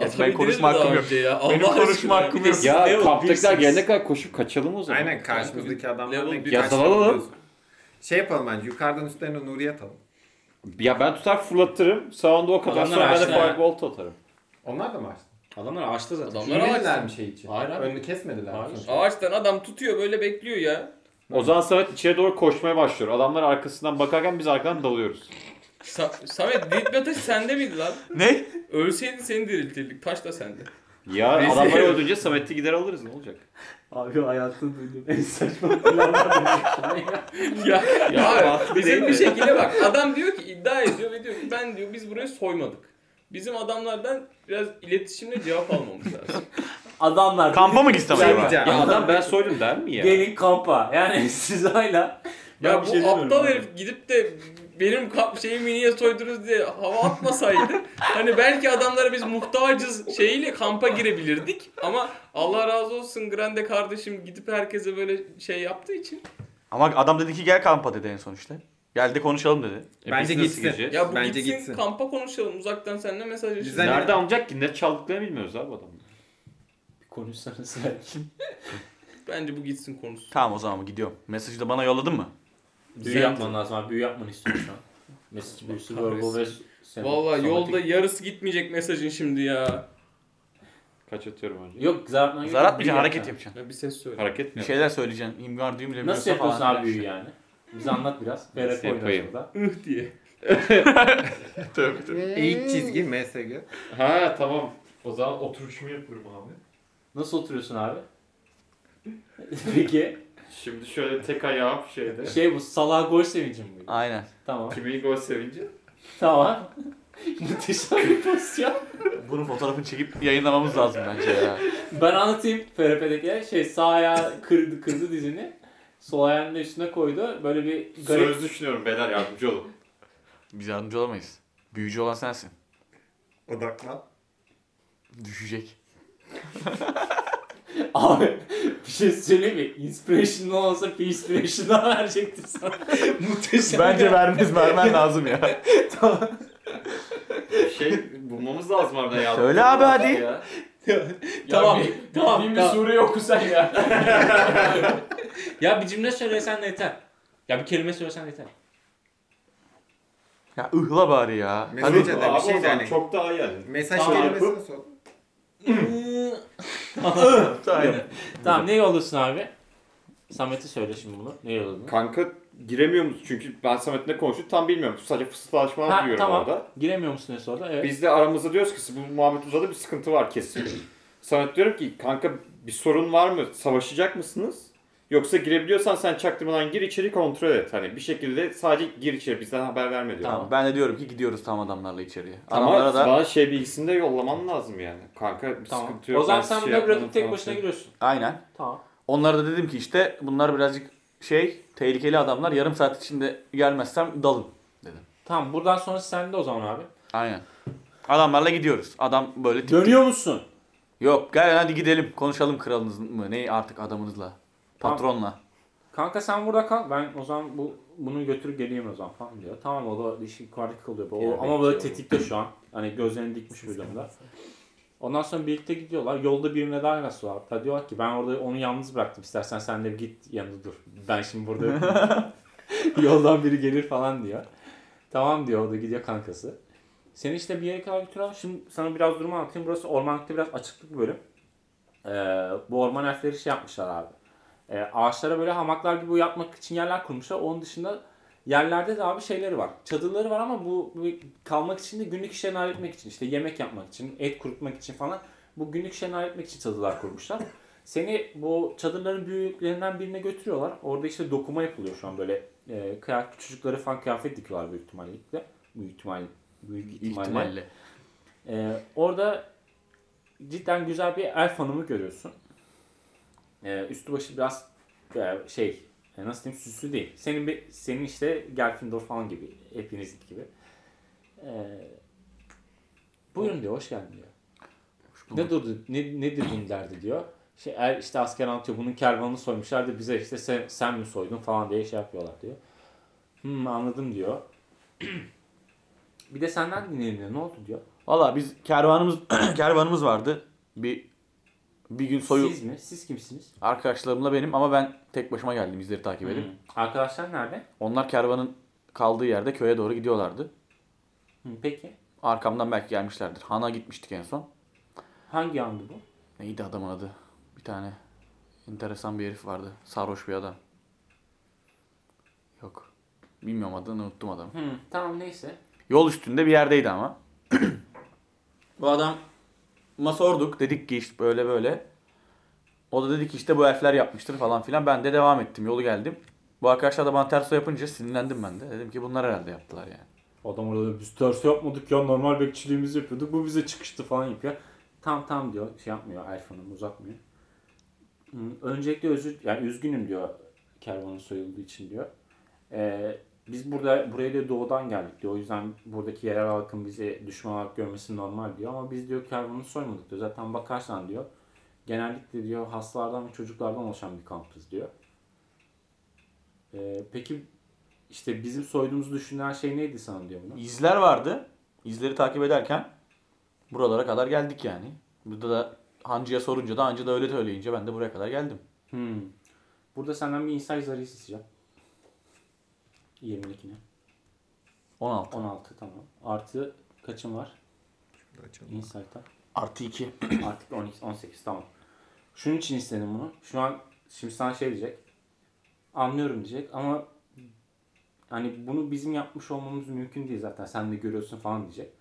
Speaker 2: ben
Speaker 4: Atabiliriz
Speaker 2: konuşma
Speaker 4: mi daha
Speaker 2: hakkım yok.
Speaker 4: önce Ya.
Speaker 2: Benim
Speaker 4: Allah
Speaker 2: konuşma
Speaker 4: aşkına.
Speaker 2: hakkım yok.
Speaker 4: Ya
Speaker 3: Ya
Speaker 4: level
Speaker 3: kamptakiler
Speaker 4: birsiniz.
Speaker 3: gelene kadar koşup kaçalım o zaman.
Speaker 5: Aynen karşımızdaki adamlar
Speaker 4: level
Speaker 5: ne
Speaker 4: bir-
Speaker 5: kaç
Speaker 3: Ya dalalım.
Speaker 5: yapıyoruz? Şey yapalım bence yukarıdan üstlerine Nuriye atalım.
Speaker 3: Ya ben tutar fırlatırım. Sağında o kadar
Speaker 1: Adamlar
Speaker 3: sonra ben de
Speaker 1: açtı ha.
Speaker 3: firebolt atarım.
Speaker 5: Onlar da mı açtı?
Speaker 1: Adamlar açtı zaten.
Speaker 4: Adamlar ağaçtan,
Speaker 5: Yürüyediler mi şey için?
Speaker 1: Hayır abi.
Speaker 5: Önünü kesmediler. mi
Speaker 1: Hayır.
Speaker 5: sonuçta?
Speaker 4: ağaçtan adam tutuyor böyle bekliyor ya.
Speaker 3: O zaman Samet içeri doğru koşmaya başlıyor. Adamlar arkasından bakarken biz arkadan dalıyoruz.
Speaker 4: Sa- Samet diriltme taşı sende miydi lan?
Speaker 2: Ne?
Speaker 4: Ölseydin seni diriltirdik. Taş da sende.
Speaker 3: Ya adamları öldürünce Samet'i gider alırız ne olacak?
Speaker 1: Abi hayatımda duyduğum en saçma planlardan
Speaker 4: ya,
Speaker 3: Ya
Speaker 4: ya
Speaker 3: mantıklı değil
Speaker 4: bizim
Speaker 3: mi?
Speaker 4: bir şekilde bak adam diyor ki iddia ediyor ve diyor ki ben diyor biz burayı soymadık. Bizim adamlardan biraz iletişimle cevap almamız lazım.
Speaker 1: Adamlar.
Speaker 2: Kampa mı gitsem
Speaker 5: Şey
Speaker 2: acaba?
Speaker 5: diyeceğim.
Speaker 3: Ya adam ben soydum der mi ya?
Speaker 1: Gelin kampa. Yani siz hala. Ben
Speaker 4: ya
Speaker 1: bir
Speaker 4: bu
Speaker 1: şey demiyorum
Speaker 4: aptal
Speaker 1: abi.
Speaker 4: herif gidip de benim kap şeyimi niye soydunuz diye hava atmasaydı hani belki adamlara biz muhtacız şeyiyle kampa girebilirdik ama Allah razı olsun Grande kardeşim gidip herkese böyle şey yaptığı için
Speaker 2: Ama adam dedi ki gel kampa dedi en son işte. Gel de konuşalım dedi.
Speaker 3: E biz
Speaker 5: Bence
Speaker 3: nasıl
Speaker 5: gitsin.
Speaker 3: gireceğiz?
Speaker 4: ya bu
Speaker 5: Bence
Speaker 4: gitsin,
Speaker 5: gitsin.
Speaker 4: kampa konuşalım uzaktan seninle mesajlaşırız.
Speaker 5: Güzel.
Speaker 3: Nerede alacak ki? Ne çaldıklarını bilmiyoruz abi adamın.
Speaker 1: Konuşsanız belki.
Speaker 4: Bence bu gitsin konusu.
Speaker 2: Tamam o zaman gidiyorum. Mesajı da bana yolladın mı?
Speaker 1: Büyü yapman lazım abi. Büyü yapmanı istiyorum şu an. Mesaj büyüsü, verbal ve sen-
Speaker 4: Vallahi
Speaker 1: somatik-
Speaker 4: yolda yarısı gitmeyecek mesajın şimdi ya.
Speaker 3: Kaç atıyorum önce?
Speaker 1: Yok zar atman yok.
Speaker 2: Zar atmayacaksın
Speaker 1: Büyü
Speaker 2: hareket
Speaker 1: yap.
Speaker 2: yapacaksın.
Speaker 4: Ya bir ses söyle.
Speaker 3: Hareket
Speaker 2: Bir
Speaker 3: mi?
Speaker 2: şeyler söyleyeceksin. İmgardium bile
Speaker 1: Nasıl yapıyorsun
Speaker 2: falan
Speaker 1: abi
Speaker 2: filan.
Speaker 1: büyü yani? Bize anlat biraz. Ferhat
Speaker 3: yapayım?
Speaker 1: oynuyoruz burada.
Speaker 4: Ih diye.
Speaker 5: Eğik çizgi MSG.
Speaker 3: Ha tamam. O zaman oturuşumu yapıyorum abi.
Speaker 1: Nasıl oturuyorsun abi? Peki.
Speaker 3: Şimdi şöyle tek ayağım şeyde.
Speaker 1: Şey bu salağa gol sevinci mi? bu?
Speaker 2: Aynen.
Speaker 1: Tamam.
Speaker 3: Kimi gol sevince.
Speaker 1: Tamam. Muhteşem bir pozisyon.
Speaker 2: Bunun fotoğrafını çekip yayınlamamız lazım bence ya.
Speaker 1: Ben anlatayım FRP'dekiler. Şey sağ ayağı kırdı, kırdı dizini. Sol ayağını da üstüne koydu. Böyle bir garip.
Speaker 3: düşünüyorum beyler yardımcı olun.
Speaker 2: Biz yardımcı olamayız. Büyücü olan sensin.
Speaker 5: Odaklan.
Speaker 2: Düşecek.
Speaker 1: Abi bir şey söyleyeyim mi? Inspirational olsa bir inspirational verecektim sana. Muhteşem.
Speaker 2: Bence
Speaker 1: ya.
Speaker 2: vermez vermen lazım ya.
Speaker 3: Şey bulmamız lazım harbiden yardım.
Speaker 2: Söyle abi hadi.
Speaker 3: Ya.
Speaker 1: tamam.
Speaker 4: bir-
Speaker 1: tamam.
Speaker 4: bildiğin bir
Speaker 1: tamam.
Speaker 4: sure okusan ya.
Speaker 1: Ya bir cümle söylesen de yeter. Ya bir kelime söylesen de yeter.
Speaker 2: Ya ıhla bari ya.
Speaker 5: Mesaj
Speaker 2: Hadi.
Speaker 5: et bir şey de hani.
Speaker 3: Çok daha iyi yani.
Speaker 5: Mesaj
Speaker 1: Tamam.
Speaker 5: kelimesini sor.
Speaker 2: Aynen.
Speaker 1: Tamam ne yolluyorsun abi? Samet'e söyle şimdi bunu. Ne yolladın?
Speaker 3: Kanka giremiyor musun? Çünkü ben Samet'le konuşup tam bilmiyorum. Sadece fısıldaşma
Speaker 1: Ha,
Speaker 3: duyuyorum
Speaker 1: tamam.
Speaker 3: orada.
Speaker 1: Giremiyor musun diye sordu. Evet.
Speaker 3: Biz de aramızda diyoruz ki bu muhabbet uzadı bir sıkıntı var kesin. Samet diyorum ki kanka bir sorun var mı? Savaşacak mısınız? Yoksa girebiliyorsan sen çaktırmadan gir içeri kontrol et. Hani bir şekilde sadece gir içeri bizden haber verme diyor.
Speaker 2: Tamam. Ben de diyorum ki gidiyoruz tam adamlarla içeriye.
Speaker 3: Ama
Speaker 2: Adamlara da
Speaker 3: bana şey bilgisini de yollaman lazım yani. Kanka bir
Speaker 1: Tamam.
Speaker 3: sıkıntı yok.
Speaker 1: o zaman
Speaker 3: ben
Speaker 1: sen
Speaker 3: şey
Speaker 1: şey
Speaker 3: yapmadım
Speaker 1: tek
Speaker 3: falan
Speaker 1: başına
Speaker 3: filan.
Speaker 1: giriyorsun.
Speaker 2: aynen.
Speaker 1: Tamam.
Speaker 2: Onlara da dedim ki işte bunlar birazcık şey tehlikeli adamlar. Yarım saat içinde gelmezsem dalın.
Speaker 1: Tamam buradan sonrası sende o zaman abi.
Speaker 2: Aynen. Adamlarla gidiyoruz. Adam böyle tip-
Speaker 1: Dönüyor musun?
Speaker 2: Yok gel hadi gidelim konuşalım kralınız mı ne artık adamınızla.
Speaker 1: Tamam.
Speaker 2: Patronla.
Speaker 1: Kanka sen burada kal. Ben o zaman bu bunu götürüp geleyim o zaman falan diyor. Tamam o da işi yukarıda kalıyor. O,
Speaker 3: Yani
Speaker 1: ama böyle
Speaker 3: bekliyor.
Speaker 1: tetikte şu an. Hani gözlerini dikmiş bir durumda. Ondan sonra birlikte gidiyorlar. Yolda birine daha nasıl var? Hatta diyorlar ki ben orada onu yalnız bıraktım. İstersen sen de git yanında dur. Ben şimdi burada yoldan biri gelir falan diyor. Tamam diyor o da gidiyor kankası. Seni işte bir yere kadar götürüyorlar. Şimdi sana biraz durumu anlatayım. Burası ormanlıkta biraz açıklık bir bölüm. Ee, bu orman elfleri şey yapmışlar abi. Ee, ağaçlara böyle hamaklar gibi yapmak için yerler kurmuşlar. Onun dışında yerlerde de abi şeyleri var. Çadırları var ama bu, bu kalmak için de günlük işlerini halletmek için. işte yemek yapmak için, et kurutmak için falan. Bu günlük işlerini halletmek için çadırlar kurmuşlar. Seni bu çadırların büyüklerinden birine götürüyorlar. Orada işte dokuma yapılıyor şu an böyle. E, kıyafet, çocukları falan kıyafet dikiyorlar büyük ihtimalle. Büyük ihtimalle. Büyük ihtimalle.
Speaker 2: İhtimalle.
Speaker 1: Ee, orada cidden güzel bir elf hanımı görüyorsun. Ee, üstü başı biraz e, şey e, nasıl diyeyim süslü değil. Senin bir senin işte Gelfindor falan gibi hepiniz gibi. Ee, buyurun diyor hoş geldin diyor. Ne durdu ne nedir bunun derdi diyor. Şey, er, işte asker anlatıyor bunun kervanını soymuşlar da bize işte sen, sen mi soydun falan diye şey yapıyorlar diyor. Hmm, anladım diyor. bir de senden dinleyelim diyor. Ne oldu diyor.
Speaker 2: Valla biz kervanımız kervanımız vardı. Bir bir gün soyu
Speaker 1: Siz mi? Siz kimsiniz?
Speaker 2: arkadaşlarımla benim ama ben tek başıma geldim izleri takip edip.
Speaker 1: Arkadaşlar nerede?
Speaker 2: Onlar kervanın kaldığı yerde köye doğru gidiyorlardı.
Speaker 1: Hı, peki.
Speaker 2: Arkamdan belki gelmişlerdir. Han'a gitmiştik en son.
Speaker 1: Hangi andı bu?
Speaker 2: Neydi adamın adı? Bir tane enteresan bir herif vardı. Sarhoş bir adam. Yok. Bilmiyorum adını unuttum adamı.
Speaker 1: Hı, tamam neyse.
Speaker 2: Yol üstünde bir yerdeydi ama. bu adam ma sorduk. Dedik ki işte böyle böyle. O da dedi ki işte bu elfler yapmıştır falan filan. Ben de devam ettim. Yolu geldim. Bu arkadaşlar da bana ters yapınca sinirlendim ben de. Dedim ki bunlar herhalde yaptılar yani.
Speaker 1: Adam orada biz ters yapmadık ya normal bekçiliğimizi yapıyorduk. Bu bize çıkıştı falan yapıyor. Tam tam diyor. Şey yapmıyor. Erfan'ım uzatmıyor. Hı, öncelikle özür, yani üzgünüm diyor kervanın soyulduğu için diyor. Ee, biz burada buraya diyor doğudan geldik diyor. O yüzden buradaki yerel halkın bizi düşman olarak görmesi normal diyor. Ama biz diyor kervanı soymadık diyor. Zaten bakarsan diyor. Genellikle diyor hastalardan ve çocuklardan oluşan bir kampız diyor. Ee, peki işte bizim soyduğumuzu düşünen şey neydi sana diyor buna?
Speaker 2: İzler vardı. İzleri takip ederken buralara kadar geldik yani. Burada da Hancı'ya sorunca da Hancı da öyle söyleyince ben de buraya kadar geldim.
Speaker 1: Hmm. Burada senden bir insight zarı isteyeceğim. 22'ne.
Speaker 2: 16.
Speaker 1: 16 tamam. Artı kaçın var?
Speaker 5: Açalım.
Speaker 1: Insight'a.
Speaker 2: Artı 2.
Speaker 1: Artık 12, 18 tamam. Şunun için istedim bunu. Şu an şimdi sana şey diyecek. Anlıyorum diyecek ama hani bunu bizim yapmış olmamız mümkün değil zaten. Sen de görüyorsun falan diyecek.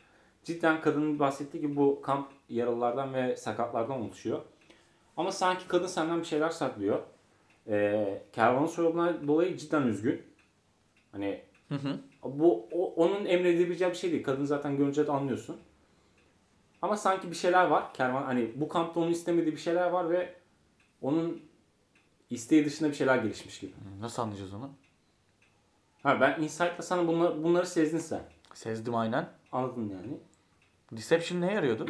Speaker 1: Cidden kadının bahsettiği gibi bu kamp yaralılardan ve sakatlardan oluşuyor. Ama sanki kadın senden bir şeyler saklıyor. Ee, kervanın sorumluluğundan dolayı cidden üzgün. Hani bu o- onun emredebileceği bir şey değil. Kadın zaten görünce de anlıyorsun. Ama sanki bir şeyler var. Kervan hani bu kampta onun istemediği bir şeyler var ve onun isteği dışında bir şeyler gelişmiş gibi.
Speaker 2: Nasıl anlayacağız onu?
Speaker 1: Ha ben insight'la sana bunları, bunları sezdin sen.
Speaker 2: Sezdim aynen.
Speaker 1: Anladın yani.
Speaker 2: Deception neye yarıyordu?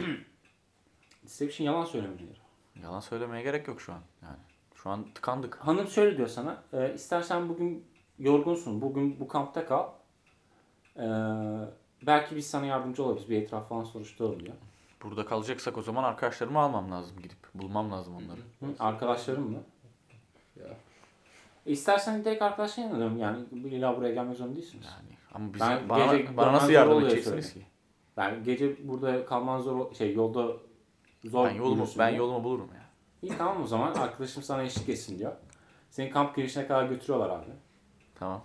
Speaker 1: Deception yalan söylemeleri.
Speaker 2: Yalan söylemeye gerek yok şu an. Yani şu an tıkandık.
Speaker 1: Hanım şöyle diyor sana. E, istersen bugün yorgunsun. Bugün bu kampta kal. E, belki biz sana yardımcı olabiliriz. Bir etraf falan soruşturalım diyor.
Speaker 2: Burada kalacaksak o zaman arkadaşlarımı almam lazım gidip. Bulmam lazım onları.
Speaker 1: Hı, arkadaşlarım mı?
Speaker 4: Ya.
Speaker 1: İstersen direkt arkadaşlarına dön. Yani illa buraya gelmek zorunda değilsiniz.
Speaker 2: Yani Hani, ama biz
Speaker 1: Ben
Speaker 2: bana,
Speaker 1: gece
Speaker 2: bana
Speaker 1: dönmem
Speaker 2: nasıl
Speaker 1: zor
Speaker 2: yardım
Speaker 1: oluyor
Speaker 2: edeceksiniz ki?
Speaker 1: Yani gece burada kalman zor, şey yolda zor.
Speaker 2: Ben yolumu
Speaker 1: yürüyorsun
Speaker 2: ben
Speaker 1: diyor.
Speaker 2: yolumu bulurum ya.
Speaker 1: İyi tamam o zaman arkadaşım sana eşlik etsin diyor. Seni kamp girişine kadar götürüyorlar abi.
Speaker 2: Tamam.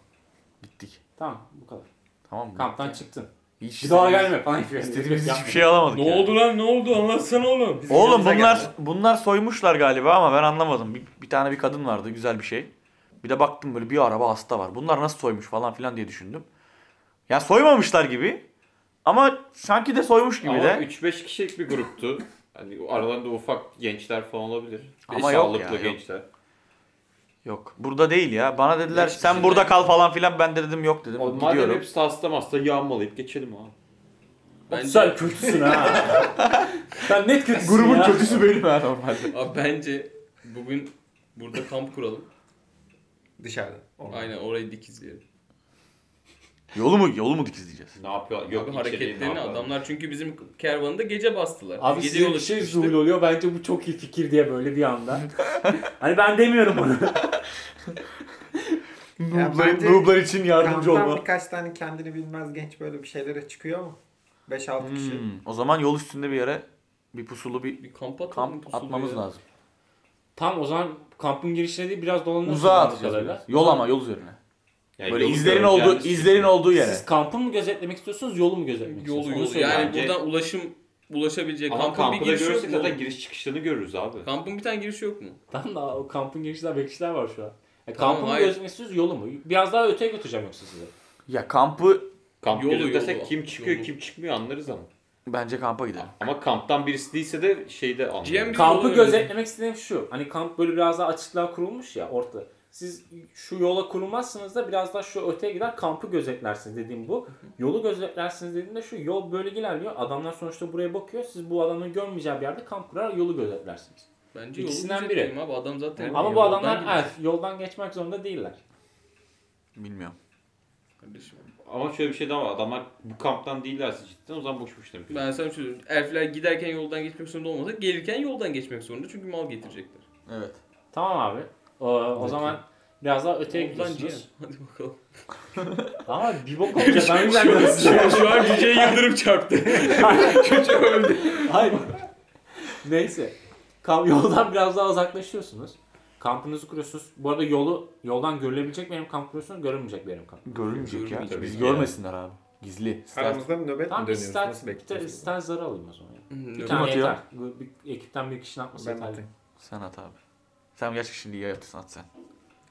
Speaker 2: Gittik.
Speaker 1: Tamam bu kadar.
Speaker 2: Tamam mı?
Speaker 1: Kamptan çıktın.
Speaker 2: Hiç
Speaker 1: Bir daha
Speaker 2: istediğimiz-
Speaker 1: gelme falan yapıyor.
Speaker 2: İstediğimiz
Speaker 1: Yapmıyor.
Speaker 2: hiçbir şey alamadık.
Speaker 4: Ne
Speaker 2: yani.
Speaker 4: oldu lan ne oldu anlatsana oğlum.
Speaker 2: Oğlum
Speaker 5: yanımıza
Speaker 2: bunlar
Speaker 5: geldi.
Speaker 2: bunlar soymuşlar galiba ama ben anlamadım. Bir, bir tane bir kadın vardı güzel bir şey. Bir de baktım böyle bir araba hasta var. Bunlar nasıl soymuş falan filan diye düşündüm. Ya soymamışlar gibi ama sanki de soymuş gibi
Speaker 3: Ama
Speaker 2: de.
Speaker 3: 3-5 kişilik bir gruptu. Hani aralarında ufak gençler falan olabilir. Bir
Speaker 2: Ama
Speaker 3: Ama
Speaker 2: yok
Speaker 3: sağlıklı
Speaker 2: ya, yok.
Speaker 3: gençler.
Speaker 2: Yok burada değil ya. Bana dediler
Speaker 4: Ya
Speaker 2: sen
Speaker 4: şimdi-
Speaker 2: burada kal falan filan ben de dedim yok dedim.
Speaker 3: O, madem
Speaker 2: Gidiyorum.
Speaker 3: hepsi hasta masta yağmalayıp geçelim abi.
Speaker 4: Bence-
Speaker 1: Sen kötüsün ha. Sen net kötüsün ya.
Speaker 2: kötüsü benim ha normalde.
Speaker 4: Abi bence bugün burada kamp kuralım.
Speaker 5: Dışarıda. Orada.
Speaker 4: Aynen orayı dikizleyelim.
Speaker 2: Yolu mu yolu mu dikizleyeceğiz?
Speaker 3: Ne yapıyor?
Speaker 4: Yok,
Speaker 3: Yok
Speaker 4: Abi
Speaker 3: içeriği ne
Speaker 4: hareketlerini
Speaker 3: yapıyor?
Speaker 4: adamlar çünkü bizim kervanı da gece bastılar.
Speaker 1: Abi
Speaker 4: gece
Speaker 1: size bir şey
Speaker 4: çıkmıştık.
Speaker 1: zuhul oluyor. Bence bu çok iyi fikir diye böyle bir anda. hani ben demiyorum bunu.
Speaker 5: Nooblar- bence- nooblar
Speaker 2: için
Speaker 5: Kamptan birkaç tane kendini bilmez genç böyle bir şeylere çıkıyor ama 5-6
Speaker 2: Hmm.
Speaker 5: kişi.
Speaker 2: O zaman yol üstünde bir yere bir pusulu bir
Speaker 4: Bir kamp atalım.
Speaker 2: kamp
Speaker 4: pusulu
Speaker 2: atmamız
Speaker 4: ya.
Speaker 2: lazım.
Speaker 1: Tam o zaman kampın girişine değil biraz dolanıyorsunuz.
Speaker 2: Uzağa
Speaker 1: anladığım
Speaker 2: atacağız
Speaker 1: kadarıyla.
Speaker 2: biraz. Yol ama yol üzerine.
Speaker 3: Yani
Speaker 2: Böyle
Speaker 3: yolu
Speaker 2: izlerin
Speaker 3: göreceğimiz
Speaker 2: olduğu
Speaker 3: şey.
Speaker 2: izlerin olduğu yere.
Speaker 1: Siz kampı mı gözetlemek istiyorsunuz, yolu mu gözetlemek
Speaker 4: Yolu
Speaker 1: istiyorsunuz? Onu
Speaker 4: yolu.
Speaker 1: söyleyin.
Speaker 4: Yani
Speaker 3: Bence-
Speaker 4: buradan ulaşım ulaşabileceği
Speaker 3: Ama
Speaker 4: kampın bir
Speaker 3: kampı da
Speaker 4: girişi yok
Speaker 3: görürsek
Speaker 4: mu?
Speaker 3: zaten giriş çıkışlarını görürüz abi.
Speaker 4: Kampın bir tane girişi yok mu?
Speaker 1: Tam da o kampın girişinde bekçiler var şu an. Ya
Speaker 4: Tamam,
Speaker 1: kampı mı
Speaker 4: hayır.
Speaker 1: gözetlemek istiyorsunuz, yolu mu? Biraz daha öteye götüreceğim yoksa size.
Speaker 2: Ya kampı
Speaker 3: Kamp
Speaker 4: Yolu,
Speaker 3: yolu, desek
Speaker 4: yolu.
Speaker 3: kim çıkıyor
Speaker 4: Yolu.
Speaker 3: kim çıkmıyor anlarız ama.
Speaker 2: bence kampa gidelim.
Speaker 3: Ama kamptan birisi değilse de şeyde anlarız.
Speaker 4: GM
Speaker 1: Kampı
Speaker 4: Yolu önemli.
Speaker 1: gözetlemek istediğim şu. Hani kamp böyle biraz daha açıklığa kurulmuş ya ortada. Siz şu yola kurulmazsınız da biraz daha şu öteye gider kampı gözetlersiniz dediğim bu. Yolu gözetlersiniz dediğimde şu yol böyle ilerliyor. Adamlar sonuçta buraya bakıyor. Siz bu adamı görmeyeceği bir yerde kamp kurar yolu gözetlersiniz.
Speaker 4: Bence
Speaker 1: İkisinden
Speaker 4: yolu
Speaker 1: biri.
Speaker 4: biri. abi adam zaten.
Speaker 1: Ama bu
Speaker 4: yoldan
Speaker 1: adamlar
Speaker 4: gidiyor.
Speaker 1: elf, yoldan geçmek zorunda değiller.
Speaker 2: Bilmiyorum.
Speaker 4: Kardeşim,
Speaker 3: Ama şöyle bir şey daha var. Adamlar bu kamptan değillerse cidden o zaman boş boş demek.
Speaker 4: Ben sana şunu Elfler giderken yoldan geçmek zorunda olmasa gelirken yoldan geçmek zorunda çünkü mal getirecekler.
Speaker 2: Evet.
Speaker 1: Tamam abi. O, o zaman biraz daha öteye
Speaker 4: Yoldan
Speaker 1: gidiyorsunuz.
Speaker 4: GM. Hadi bakalım. şey
Speaker 1: Ama bir bok olacak. Ben
Speaker 4: Şu an-
Speaker 1: güzel
Speaker 4: şu an- Şu an Cüce'ye yıldırım çarptı. Cüce öldü.
Speaker 1: Hayır. Neyse. Kamp yoldan biraz daha uzaklaşıyorsunuz. Kampınızı kuruyorsunuz. Bu arada yolu yoldan görülebilecek benim kamp kuruyorsunuz, görünmeyecek benim kamp.
Speaker 2: Görülmeyecek ya.
Speaker 4: Görülmeyecek
Speaker 2: Biz
Speaker 3: yani.
Speaker 2: görmesinler abi. Gizli. Stealth.
Speaker 5: Aramızda nöbet mi
Speaker 1: Tamam
Speaker 5: dönüyoruz?
Speaker 1: ister,
Speaker 5: Nasıl
Speaker 1: ister,
Speaker 5: bekliyoruz?
Speaker 1: ister zarı alayım o zaman. Bir
Speaker 4: Nöbet-
Speaker 1: tane
Speaker 2: atıyor?
Speaker 1: yeter. Bu Bir, ekipten bir kişinin atması
Speaker 5: Ben
Speaker 1: yeterli.
Speaker 5: atayım.
Speaker 2: Sen at abi. Sen gerçek şimdi ya yaptın at sen.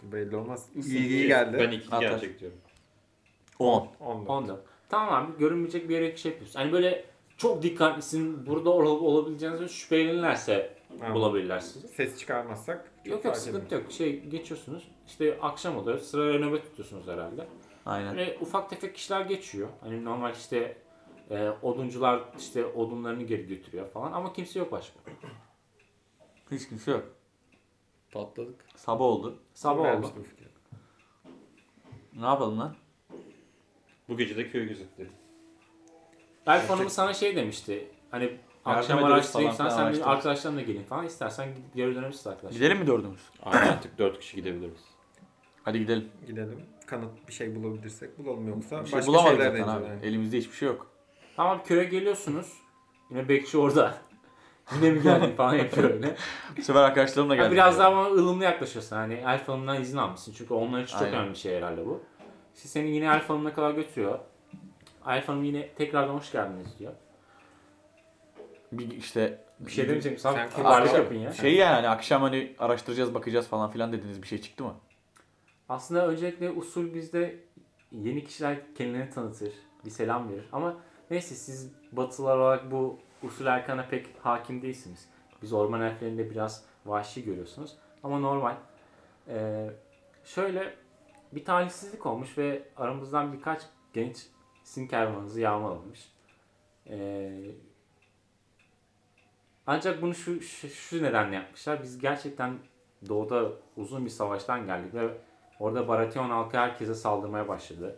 Speaker 5: Belli olmaz.
Speaker 4: Isın
Speaker 5: İyi, iyi
Speaker 4: diye.
Speaker 5: geldi.
Speaker 3: Ben iki
Speaker 2: Atar.
Speaker 3: gelecek diyorum.
Speaker 2: 10.
Speaker 5: 14.
Speaker 1: 14. Tamam abi görünmeyecek bir yere şey yapıyorsun. Hani böyle çok dikkatlisin burada olup olabileceğinizi şüphelenirlerse
Speaker 5: Tamam.
Speaker 1: bulabilirler sizi.
Speaker 5: Ses çıkarmazsak çok
Speaker 1: Yok yok
Speaker 5: fark
Speaker 1: sıkıntı
Speaker 5: etmiyor.
Speaker 1: yok. Şey geçiyorsunuz. İşte akşam oluyor. Sıraya nöbet tutuyorsunuz herhalde.
Speaker 2: Aynen.
Speaker 1: Böyle ufak tefek kişiler geçiyor. Hani normal işte e, oduncular işte odunlarını geri götürüyor falan ama kimse yok başka.
Speaker 2: Hiç kimse yok.
Speaker 4: Patladık.
Speaker 2: Sabah oldu.
Speaker 1: Sabah oldu.
Speaker 5: Vermiştim fikri.
Speaker 2: Ne yapalım lan?
Speaker 3: Bu gece de köy gözetleri.
Speaker 1: Elf Hanım sana şey demişti. Hani
Speaker 2: Yardım
Speaker 1: akşam
Speaker 2: ederiz
Speaker 1: araştırayım
Speaker 2: falan
Speaker 1: sen,
Speaker 2: filan
Speaker 1: sen benim
Speaker 2: araştırırız.
Speaker 1: arkadaşlarımla gelin falan. İstersen gidip geri dönebilirsin arkadaşlar.
Speaker 2: Gidelim mi dördümüz?
Speaker 3: Aynen artık dört kişi gidebiliriz.
Speaker 2: Hadi gidelim.
Speaker 5: Gidelim. Kanıt bir şey bulabilirsek bulalım yoksa
Speaker 2: Bir şey
Speaker 5: başka
Speaker 2: bulamadık
Speaker 5: şeyler
Speaker 2: zaten
Speaker 5: deneyeceğiz.
Speaker 2: abi.
Speaker 5: yani.
Speaker 2: Elimizde hiçbir şey yok.
Speaker 1: Tamam köye geliyorsunuz. Yine bekçi orada. Yine mi geldin falan yapıyor öyle.
Speaker 2: Bu sefer arkadaşlarımla
Speaker 1: Ha,
Speaker 2: geldim.
Speaker 1: biraz daha bana ılımlı yaklaşıyorsun. Hani Elf Hanım'dan izin almışsın. Çünkü onlar için çok
Speaker 2: Aynen.
Speaker 1: önemli bir şey herhalde bu. İşte seni yine Elf Hanım'ına kadar götürüyor. Elf Hanım yine tekrardan hoş geldiniz diyor.
Speaker 2: Bir işte
Speaker 1: Bir şey demeyecek misin? Sen
Speaker 5: Sen
Speaker 1: kibarlık
Speaker 5: akşam-
Speaker 1: yapın ya.
Speaker 2: şey yani hani akşam hani araştıracağız bakacağız falan filan dediniz bir şey çıktı mı?
Speaker 1: Aslında öncelikle usul bizde yeni kişiler kendilerini tanıtır. Bir selam verir. Ama neyse siz batılar olarak bu usul erkana pek hakim değilsiniz. Biz orman elflerinde biraz vahşi görüyorsunuz. Ama normal. Ee, şöyle bir talihsizlik olmuş ve aramızdan birkaç genç sizin kervanınızı yağmalamış. Ee, ancak bunu şu, şu, şu nedenle yapmışlar. Biz gerçekten doğuda uzun bir savaştan geldik ve Orada Baratheon halkı herkese saldırmaya başladı.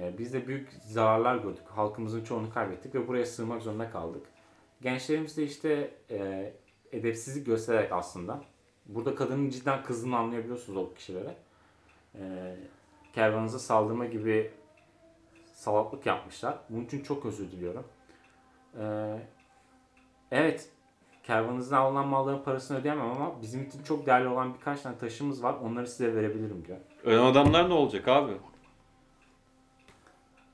Speaker 1: Ee, biz de büyük zararlar gördük. Halkımızın çoğunu kaybettik ve buraya sığmak zorunda kaldık. Gençlerimiz de işte e, edepsizlik göstererek aslında. Burada kadının cidden kızdığını anlayabiliyorsunuz o kişilere. Ee, kervanınıza saldırma gibi salaklık yapmışlar. Bunun için çok özür diliyorum. Ee, evet, kervanınızdan alınan malların parasını ödeyemem ama bizim için çok değerli olan birkaç tane taşımız var. Onları size verebilirim diyor.
Speaker 3: Ölen adamlar ne olacak abi?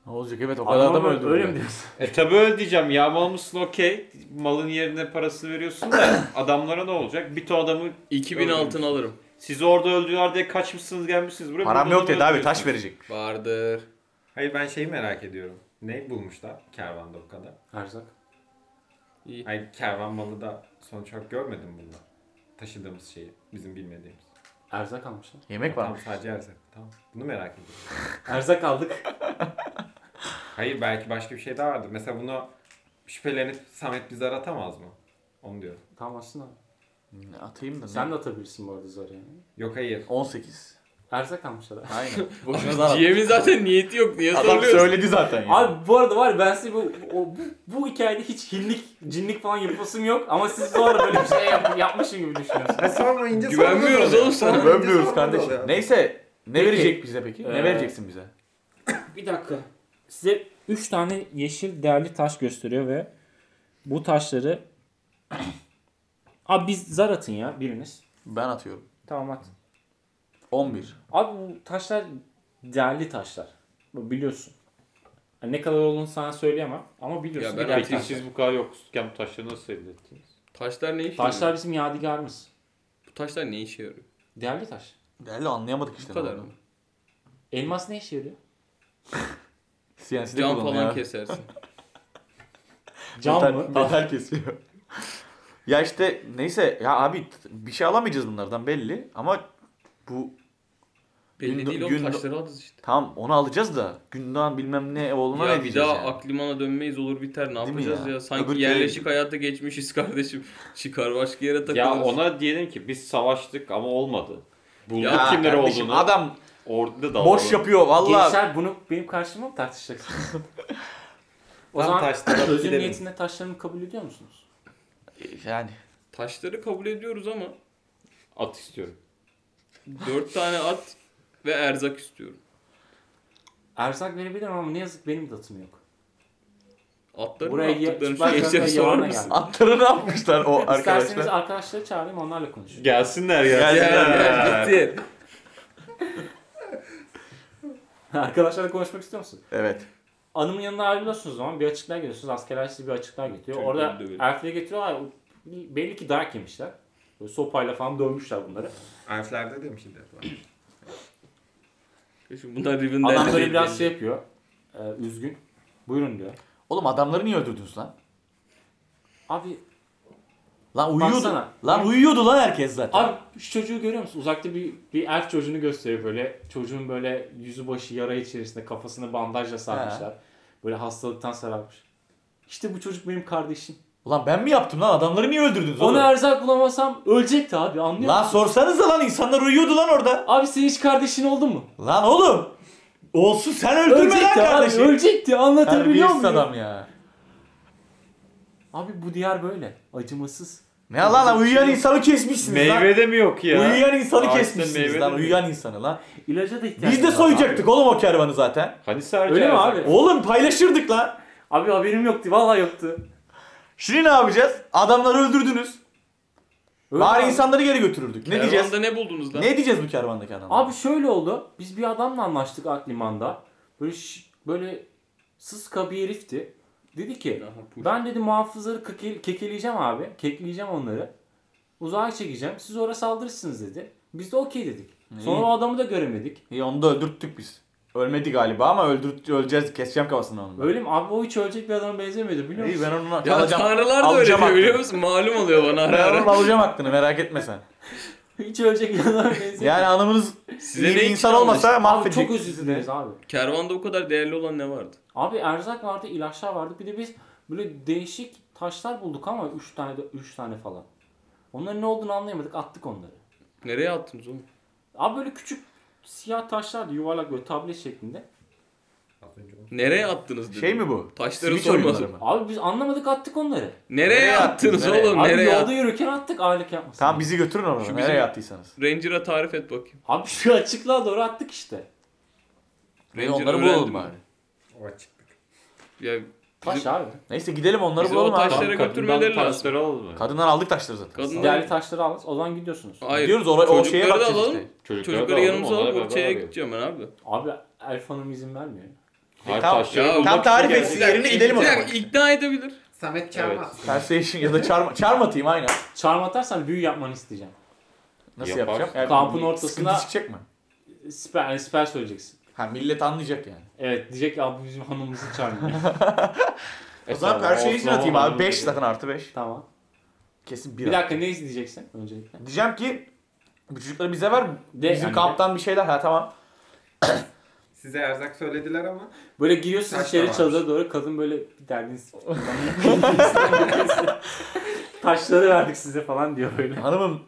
Speaker 2: Ne olacak evet o kadar
Speaker 1: Adam
Speaker 2: adam
Speaker 1: öyle,
Speaker 2: öldürdü.
Speaker 1: öyle mi diyorsun?
Speaker 3: E tabi öyle diyeceğim. Yağmalamışsın okey. Malın yerine parasını veriyorsun da adamlara ne olacak? Bir ton adamı
Speaker 4: 2000 altın alırım.
Speaker 3: Sizi orada öldüler diye kaçmışsınız gelmişsiniz buraya.
Speaker 2: Param
Speaker 3: Burada
Speaker 2: yok dedi abi
Speaker 3: öldürüyorsunuz.
Speaker 2: taş verecek.
Speaker 4: Vardır.
Speaker 5: Hayır ben şeyi merak ediyorum. Ne bulmuşlar kervanda bu kadar?
Speaker 1: Erzak.
Speaker 5: Hayır kervan malı da sonuç olarak görmedim bunda. Taşıdığımız şeyi. Bizim bilmediğimiz.
Speaker 1: Erzak almışlar.
Speaker 2: Yemek var.
Speaker 5: Tamam sadece erzak. Tamam. Bunu merak ediyorum.
Speaker 1: Erzak aldık.
Speaker 5: Hayır belki başka bir şey daha vardır. Mesela bunu şüphelenip Samet bizi aratamaz mı? Onu diyorum.
Speaker 1: tamam aslında.
Speaker 2: Atayım da.
Speaker 1: Sen
Speaker 2: ne?
Speaker 1: de atabilirsin bu arada zarı yani.
Speaker 5: Yok hayır.
Speaker 2: 18.
Speaker 1: Erzak almışlar.
Speaker 2: Aynen. Boşuna zar-
Speaker 4: GM'in zaten niyeti yok. Niye
Speaker 2: Adam
Speaker 4: soruyorsun?
Speaker 2: söyledi zaten. ya.
Speaker 1: Abi bu arada var ya ben size bu, o- bu, bu hikayede hiç hinlik, cinlik falan yapasım yok ama siz sonra böyle bir şey yap, yapmışım gibi düşünüyorsunuz.
Speaker 5: Ve sormayınca
Speaker 4: Güvenmiyoruz
Speaker 5: sormadı oluyor.
Speaker 4: oğlum sana.
Speaker 5: Sormayınca
Speaker 2: Bölmüyoruz
Speaker 5: sormadı
Speaker 2: kardeşim.
Speaker 5: oluyor.
Speaker 2: Neyse ne
Speaker 1: Peki.
Speaker 2: verecek bize peki?
Speaker 1: Ee,
Speaker 2: Ne vereceksin bize?
Speaker 1: Bir dakika. Size 3 tane yeşil değerli taş gösteriyor ve bu taşları... Abi biz zar atın ya biriniz.
Speaker 2: Ben atıyorum.
Speaker 1: Tamam at.
Speaker 2: 11.
Speaker 1: Abi bu taşlar değerli taşlar. Bu biliyorsun. Yani ne kadar olduğunu sana söyleyemem ama biliyorsun.
Speaker 4: Ya
Speaker 1: ki
Speaker 4: ben
Speaker 1: değerli
Speaker 3: Peki
Speaker 1: taşlar.
Speaker 3: siz bu kadar yokken bu taşları nasıl elde ettiniz?
Speaker 4: Taşlar ne işe
Speaker 1: Taşlar
Speaker 4: yarıyor?
Speaker 1: bizim yadigarımız.
Speaker 4: Bu taşlar ne işe yarıyor?
Speaker 1: Değerli taş.
Speaker 2: Değerli anlayamadık
Speaker 4: Bu
Speaker 2: işte.
Speaker 4: kadar
Speaker 2: ne
Speaker 4: mı?
Speaker 2: olduğunu.
Speaker 1: Elmas ne işe yarıyor?
Speaker 2: CNC'de
Speaker 4: Cam
Speaker 2: kullanıyor.
Speaker 4: falan
Speaker 2: ya.
Speaker 4: kesersin.
Speaker 1: Cam
Speaker 2: Metal-
Speaker 1: mı?
Speaker 2: Metal kesiyor. ya işte neyse ya abi t- bir şey alamayacağız bunlardan belli ama bu
Speaker 4: Belli
Speaker 2: Gün-
Speaker 4: değil oğlum
Speaker 2: gün-
Speaker 4: taşları alırız işte.
Speaker 2: tamam onu alacağız da gündağın bilmem ne oğluna
Speaker 4: Ya
Speaker 2: ne
Speaker 4: bir
Speaker 2: diyeceğiz
Speaker 4: daha
Speaker 2: yani.
Speaker 4: aklimana dönmeyiz olur biter ne
Speaker 2: Değil mi
Speaker 4: yapacağız ya?
Speaker 2: ya?
Speaker 4: Sanki
Speaker 2: Öbür köye
Speaker 4: yerleşik
Speaker 2: gidip-
Speaker 4: hayata geçmişiz kardeşim. Çıkar başka yere takılırız.
Speaker 3: Ya ona diyelim ki biz savaştık ama olmadı. Bulduk
Speaker 4: Ya
Speaker 3: kimler
Speaker 2: kardeşim,
Speaker 3: olduğunu.
Speaker 2: Adam
Speaker 3: Orada da
Speaker 2: boş yapıyor valla.
Speaker 1: Gençler bunu benim karşıma mı tartışacaksınız? o
Speaker 5: Tam
Speaker 1: zaman
Speaker 5: taşlara
Speaker 1: özür
Speaker 5: gidelim.
Speaker 1: niyetinde taşlarımı kabul ediyor musunuz?
Speaker 2: Yani
Speaker 4: Taşları kabul ediyoruz ama
Speaker 3: At istiyorum.
Speaker 4: dört tane at ve erzak istiyorum.
Speaker 1: Erzak verebilirim ama ne yazık benim datım yok.
Speaker 4: Atların
Speaker 1: Buraya ye-
Speaker 4: attıklarını şu
Speaker 1: çıplak
Speaker 4: gençlere
Speaker 1: ayakla
Speaker 4: sorar
Speaker 1: yalana
Speaker 4: mısın?
Speaker 1: gel.
Speaker 2: atları ne yapmışlar o
Speaker 1: İsterseniz
Speaker 2: arkadaşlar?
Speaker 1: arkadaşları çağırayım onlarla konuşun.
Speaker 3: Gelsinler
Speaker 4: Ya,
Speaker 3: gelsinler.
Speaker 4: ya, gitti.
Speaker 1: arkadaşlarla konuşmak istiyor musun?
Speaker 2: Evet.
Speaker 1: Anımın yanına ayrılıyorsunuz o zaman bir açıklığa geliyorsunuz. Askerler size bir açıklığa getiriyor.
Speaker 3: Çok
Speaker 1: Orada
Speaker 3: ünlü bir-
Speaker 1: elfleri getiriyorlar. Belli ki dayak yemişler. Böyle sopayla falan dövmüşler bunları.
Speaker 5: Elflerde de mi şiddet var?
Speaker 4: Şimdi bunlar Rivendell'de
Speaker 1: Adam böyle
Speaker 4: değil,
Speaker 1: biraz
Speaker 4: belli.
Speaker 1: şey yapıyor. Ee, üzgün. Buyurun diyor.
Speaker 2: Oğlum adamları niye öldürdünüz lan?
Speaker 1: Abi
Speaker 2: Lan uyuyordu.
Speaker 1: Baksana.
Speaker 2: Lan uyuyordu lan herkes zaten.
Speaker 1: Abi şu çocuğu görüyor musun? Uzakta bir bir erkek çocuğunu gösteriyor böyle. Çocuğun böyle yüzü başı yara içerisinde kafasını bandajla sarmışlar. Böyle hastalıktan sararmış. İşte bu çocuk benim kardeşim.
Speaker 2: Ulan ben mi yaptım lan? Adamları niye öldürdünüz oğlum?
Speaker 1: Ona erzak bulamasam ölecekti abi anlıyor
Speaker 2: Lan
Speaker 1: musun?
Speaker 2: sorsanıza lan insanlar uyuyordu lan orada.
Speaker 1: Abi senin hiç kardeşin oldu mu?
Speaker 2: Lan oğlum. Olsun sen öldürme lan
Speaker 1: Ölecekti abi
Speaker 2: kardeşim.
Speaker 1: ölecekti anlatabiliyor
Speaker 2: Terbiyesiz
Speaker 1: muyum?
Speaker 2: adam ya.
Speaker 1: Abi bu diyar böyle acımasız.
Speaker 2: Ne lan
Speaker 1: şey
Speaker 2: lan uyuyan insanı kesmişsiniz lan.
Speaker 3: Meyve de mi yok ya?
Speaker 2: Uyuyan insanı
Speaker 3: Ağaçta
Speaker 2: kesmişsiniz
Speaker 3: meyve
Speaker 2: lan
Speaker 3: de-
Speaker 2: uyuyan insanı lan.
Speaker 1: İlaca da ihtiyacı
Speaker 2: Biz de soyacaktık oğlum o kervanı zaten.
Speaker 3: Hani sadece
Speaker 1: Öyle mi
Speaker 3: erzak-
Speaker 1: abi?
Speaker 2: Oğlum paylaşırdık lan.
Speaker 1: Abi haberim yoktu vallahi yoktu.
Speaker 2: Şimdi ne yapacağız? Adamları öldürdünüz.
Speaker 1: Öyle
Speaker 2: Bari
Speaker 1: abi.
Speaker 2: insanları geri götürürdük. Ne
Speaker 4: Kervanda
Speaker 2: diyeceğiz?
Speaker 4: ne buldunuz lan?
Speaker 2: Ne diyeceğiz bu kervandaki adamlara?
Speaker 1: Abi şöyle oldu. Biz bir adamla anlaştık Akliman'da. Böyle şş- böyle sıska bir herifti. Dedi ki
Speaker 4: Aha, bu-
Speaker 1: ben dedi muhafızları keke- kekeleyeceğim abi. Kekleyeceğim onları. Uzağa çekeceğim. Siz oraya saldırırsınız dedi. Biz de okey dedik. Sonra
Speaker 2: İyi.
Speaker 1: o adamı da göremedik.
Speaker 2: İyi onu da öldürttük biz. Ölmedi galiba ama öldürt öleceğiz. Keseceğim kafasını onu.
Speaker 1: Öyle mi? Abi o hiç ölecek bir adama benzemiyordu biliyor
Speaker 2: İyi
Speaker 1: musun?
Speaker 2: ben onu
Speaker 4: Ya
Speaker 2: alacağım.
Speaker 4: tanrılar da öyle
Speaker 2: alacağım
Speaker 4: diyor
Speaker 2: aklını.
Speaker 4: biliyor musun? Malum oluyor bana ara
Speaker 2: Ben onu
Speaker 4: ara.
Speaker 2: alacağım aklını merak etme sen.
Speaker 1: hiç ölecek bir adama benzemiyordu.
Speaker 2: Yani anımız
Speaker 4: Size
Speaker 2: iyi bir
Speaker 4: ne
Speaker 2: insan
Speaker 4: ikram
Speaker 2: olmasa
Speaker 1: abi
Speaker 2: mahvedecek.
Speaker 1: çok özür dileriz abi.
Speaker 4: Kervanda o kadar değerli olan ne vardı?
Speaker 1: Abi erzak vardı, ilaçlar vardı. Bir de biz böyle değişik taşlar bulduk ama 3 tane de 3 tane falan. Onların ne olduğunu anlayamadık. Attık onları.
Speaker 4: Nereye attınız oğlum?
Speaker 1: Abi böyle küçük siyah taşlardı yuvarlak böyle tablet şeklinde.
Speaker 5: Az önce onu-
Speaker 4: Nereye attınız dedim.
Speaker 2: Şey mi bu?
Speaker 4: Taşları
Speaker 2: Switch
Speaker 4: sormadım.
Speaker 2: oyunları mı?
Speaker 1: Abi biz anlamadık attık onları.
Speaker 4: Nereye,
Speaker 2: Nereye
Speaker 4: attınız
Speaker 2: attınız?
Speaker 4: oğlum?
Speaker 1: Abi
Speaker 4: nereye
Speaker 1: yolda
Speaker 4: attınız?
Speaker 1: yürürken attık aylık yapmasın.
Speaker 2: Tamam bizi götürün oraya.
Speaker 4: Şu
Speaker 2: Nereye
Speaker 4: bizim-
Speaker 2: attıysanız.
Speaker 4: Ranger'a tarif et bakayım.
Speaker 1: Abi şu açıklığa doğru attık işte.
Speaker 4: Ranger
Speaker 2: onları
Speaker 4: öğrendim
Speaker 2: bulalım
Speaker 4: ben.
Speaker 2: bari.
Speaker 5: O açıklık.
Speaker 4: Ya
Speaker 1: Taş
Speaker 4: Bizim-
Speaker 1: abi.
Speaker 2: Neyse gidelim onları
Speaker 4: Bizi
Speaker 2: bulalım
Speaker 4: o
Speaker 2: abi.
Speaker 4: taşları-
Speaker 3: Tamam,
Speaker 4: götürmeleri
Speaker 3: kadından
Speaker 4: lazım.
Speaker 3: Taşları alalım. yani.
Speaker 2: Kadından aldık taşları zaten.
Speaker 4: kadın
Speaker 1: Değerli taşları alın. O zaman gidiyorsunuz.
Speaker 4: Hayır.
Speaker 2: Gidiyoruz oraya o şeye
Speaker 4: Çocukları da
Speaker 2: bakacağız
Speaker 4: alalım.
Speaker 2: işte.
Speaker 4: Çocukları
Speaker 3: alalım,
Speaker 4: yanımıza
Speaker 3: onlara
Speaker 4: alıp
Speaker 3: beraber
Speaker 4: şeye
Speaker 3: arayalım.
Speaker 4: gideceğim ben abi.
Speaker 1: Abi Elf Hanım izin vermiyor.
Speaker 3: Hayır,
Speaker 2: Tam-
Speaker 3: taşları
Speaker 4: Ya,
Speaker 3: bulmak
Speaker 2: tam
Speaker 3: için
Speaker 2: tarif
Speaker 3: geldik.
Speaker 2: etsin. Yerine gidelim o
Speaker 4: Bir
Speaker 2: zaman.
Speaker 4: dakika, İkna edebilir.
Speaker 5: Samet Çarmaz.
Speaker 2: Persuasion ya da charm, charm atayım aynen.
Speaker 1: Çarm atarsan büyü yapmanı isteyeceğim.
Speaker 2: Nasıl
Speaker 3: Yapar.
Speaker 2: yapacağım? Eğer
Speaker 1: Kampın
Speaker 2: bir
Speaker 1: ortasına-
Speaker 2: Sıkıntı çıkacak mı?
Speaker 1: Siper, yani siper söyleyeceksin.
Speaker 2: Ha millet anlayacak yani.
Speaker 1: Evet diyecek ki abi bizim hanımımızı çağırmıyor.
Speaker 2: O zaman
Speaker 3: tamam,
Speaker 2: Perşe'yi
Speaker 3: olsun,
Speaker 2: için atayım
Speaker 3: olmaz.
Speaker 2: abi. 5 zaten artı 5.
Speaker 1: tamam.
Speaker 2: Kesin
Speaker 1: Bir
Speaker 2: 1
Speaker 1: dakika ne izleyeceksin öncelikle?
Speaker 2: Diyeceğim ki bu çocukları bize ver.
Speaker 1: De hani-
Speaker 2: Bizim
Speaker 1: yani.
Speaker 2: kamptan bir şeyler. Ha tamam.
Speaker 5: Size erzak söylediler ama.
Speaker 1: Böyle giriyorsun
Speaker 5: Saçma
Speaker 1: içeri
Speaker 5: varmış.
Speaker 1: çadıra doğru kadın böyle bir derdiniz. Taşları verdik size falan diyor böyle.
Speaker 2: Hanımım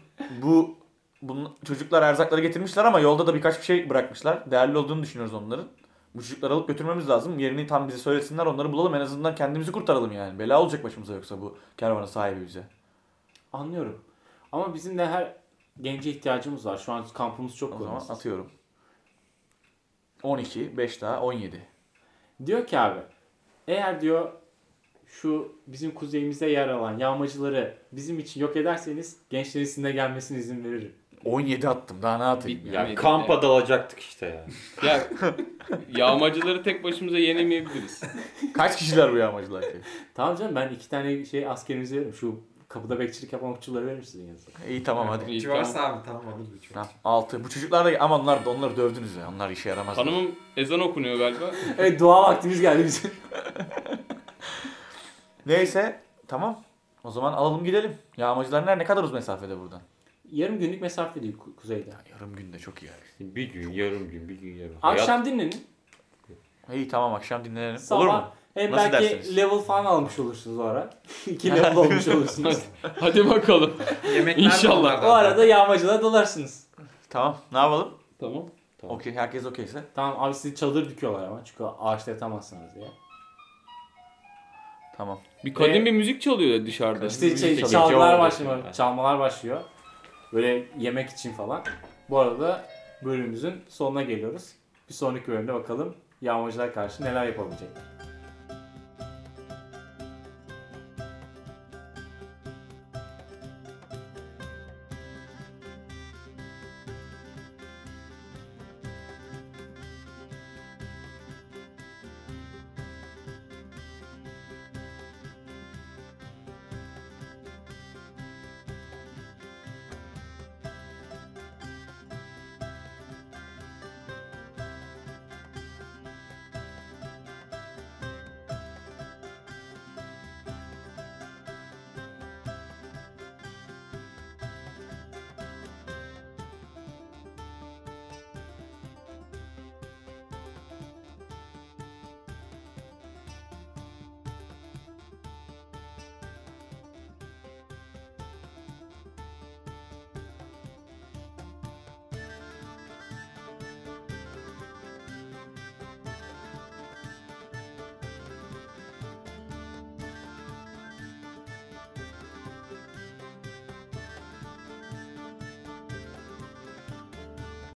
Speaker 2: bu bunun, çocuklar erzakları getirmişler ama yolda da birkaç bir şey bırakmışlar. Değerli olduğunu düşünüyoruz onların. Bu çocukları alıp götürmemiz lazım. Yerini tam bize söylesinler onları bulalım. En azından kendimizi kurtaralım yani. Bela olacak başımıza yoksa bu kervanın sahibi bize.
Speaker 1: Anlıyorum. Ama bizim de her gence ihtiyacımız var. Şu an kampımız çok
Speaker 2: O zaman
Speaker 1: korumasız.
Speaker 2: atıyorum. 12, 5 daha 17.
Speaker 1: Diyor ki abi eğer diyor şu bizim kuzeyimizde yer alan yağmacıları bizim için yok ederseniz gençlerin sizinle gelmesine izin veririm.
Speaker 2: 17 attım daha ne atayım ya.
Speaker 3: Ya
Speaker 4: Yani-
Speaker 3: kampa dalacaktık işte ya.
Speaker 4: Ya yağmacıları tek başımıza yenemeyebiliriz.
Speaker 2: Kaç kişiler bu yağmacılar ki?
Speaker 1: Tamam canım ben iki tane şey askerimize veririm. Şu kapıda bekçilik yapan okçuları veririm sizin yanınıza.
Speaker 2: İyi tamam hadi.
Speaker 4: İyi,
Speaker 5: Çivar
Speaker 4: tamam.
Speaker 5: varsa abi tamam alır bir çivar.
Speaker 2: Tamam, 6. Bu çocuklar da ama onlar da onları dövdünüz ya. Onlar işe yaramaz.
Speaker 4: Hanımım ezan okunuyor galiba.
Speaker 1: Evet dua vaktimiz geldi bizim.
Speaker 2: Neyse tamam. O zaman alalım gidelim. Yağmacılar nerede? Ne kadar uz mesafede buradan?
Speaker 1: Yarım günlük mesafe değil ku- kuzeyde.
Speaker 2: Yarım günde çok iyi abi.
Speaker 3: Bir gün, yarım gün, bir gün, yarım. Hayat-
Speaker 1: Akşam dinlenin.
Speaker 2: İyi tamam akşam dinlenelim.
Speaker 1: Sabah
Speaker 2: Olur mu?
Speaker 1: hem
Speaker 2: Nasıl
Speaker 1: belki
Speaker 2: dersiniz?
Speaker 1: level falan almış olursunuz o ara. İki level olmuş olursunuz.
Speaker 4: Hadi bakalım.
Speaker 5: Yemekler
Speaker 4: İnşallah.
Speaker 5: İnşallah.
Speaker 1: o arada yağmacılara dolarsınız.
Speaker 2: Tamam ne yapalım?
Speaker 4: Tamam.
Speaker 3: Tamam.
Speaker 2: Okey herkes okeyse.
Speaker 1: Tamam abi sizi çadır dikiyorlar ama çünkü ağaçta yatamazsınız diye.
Speaker 2: Tamam.
Speaker 4: Bir kadim
Speaker 1: Ee,
Speaker 4: bir müzik çalıyor dışarıda.
Speaker 1: İşte şey,
Speaker 2: çalıyor.
Speaker 1: çalgılar
Speaker 2: Çalıyor.
Speaker 1: başlıyor. Çalmalar başlıyor. Böyle yemek için falan. Bu arada bölümümüzün sonuna geliyoruz. Bir sonraki bölümde bakalım yağmacılar karşı neler yapabilecek.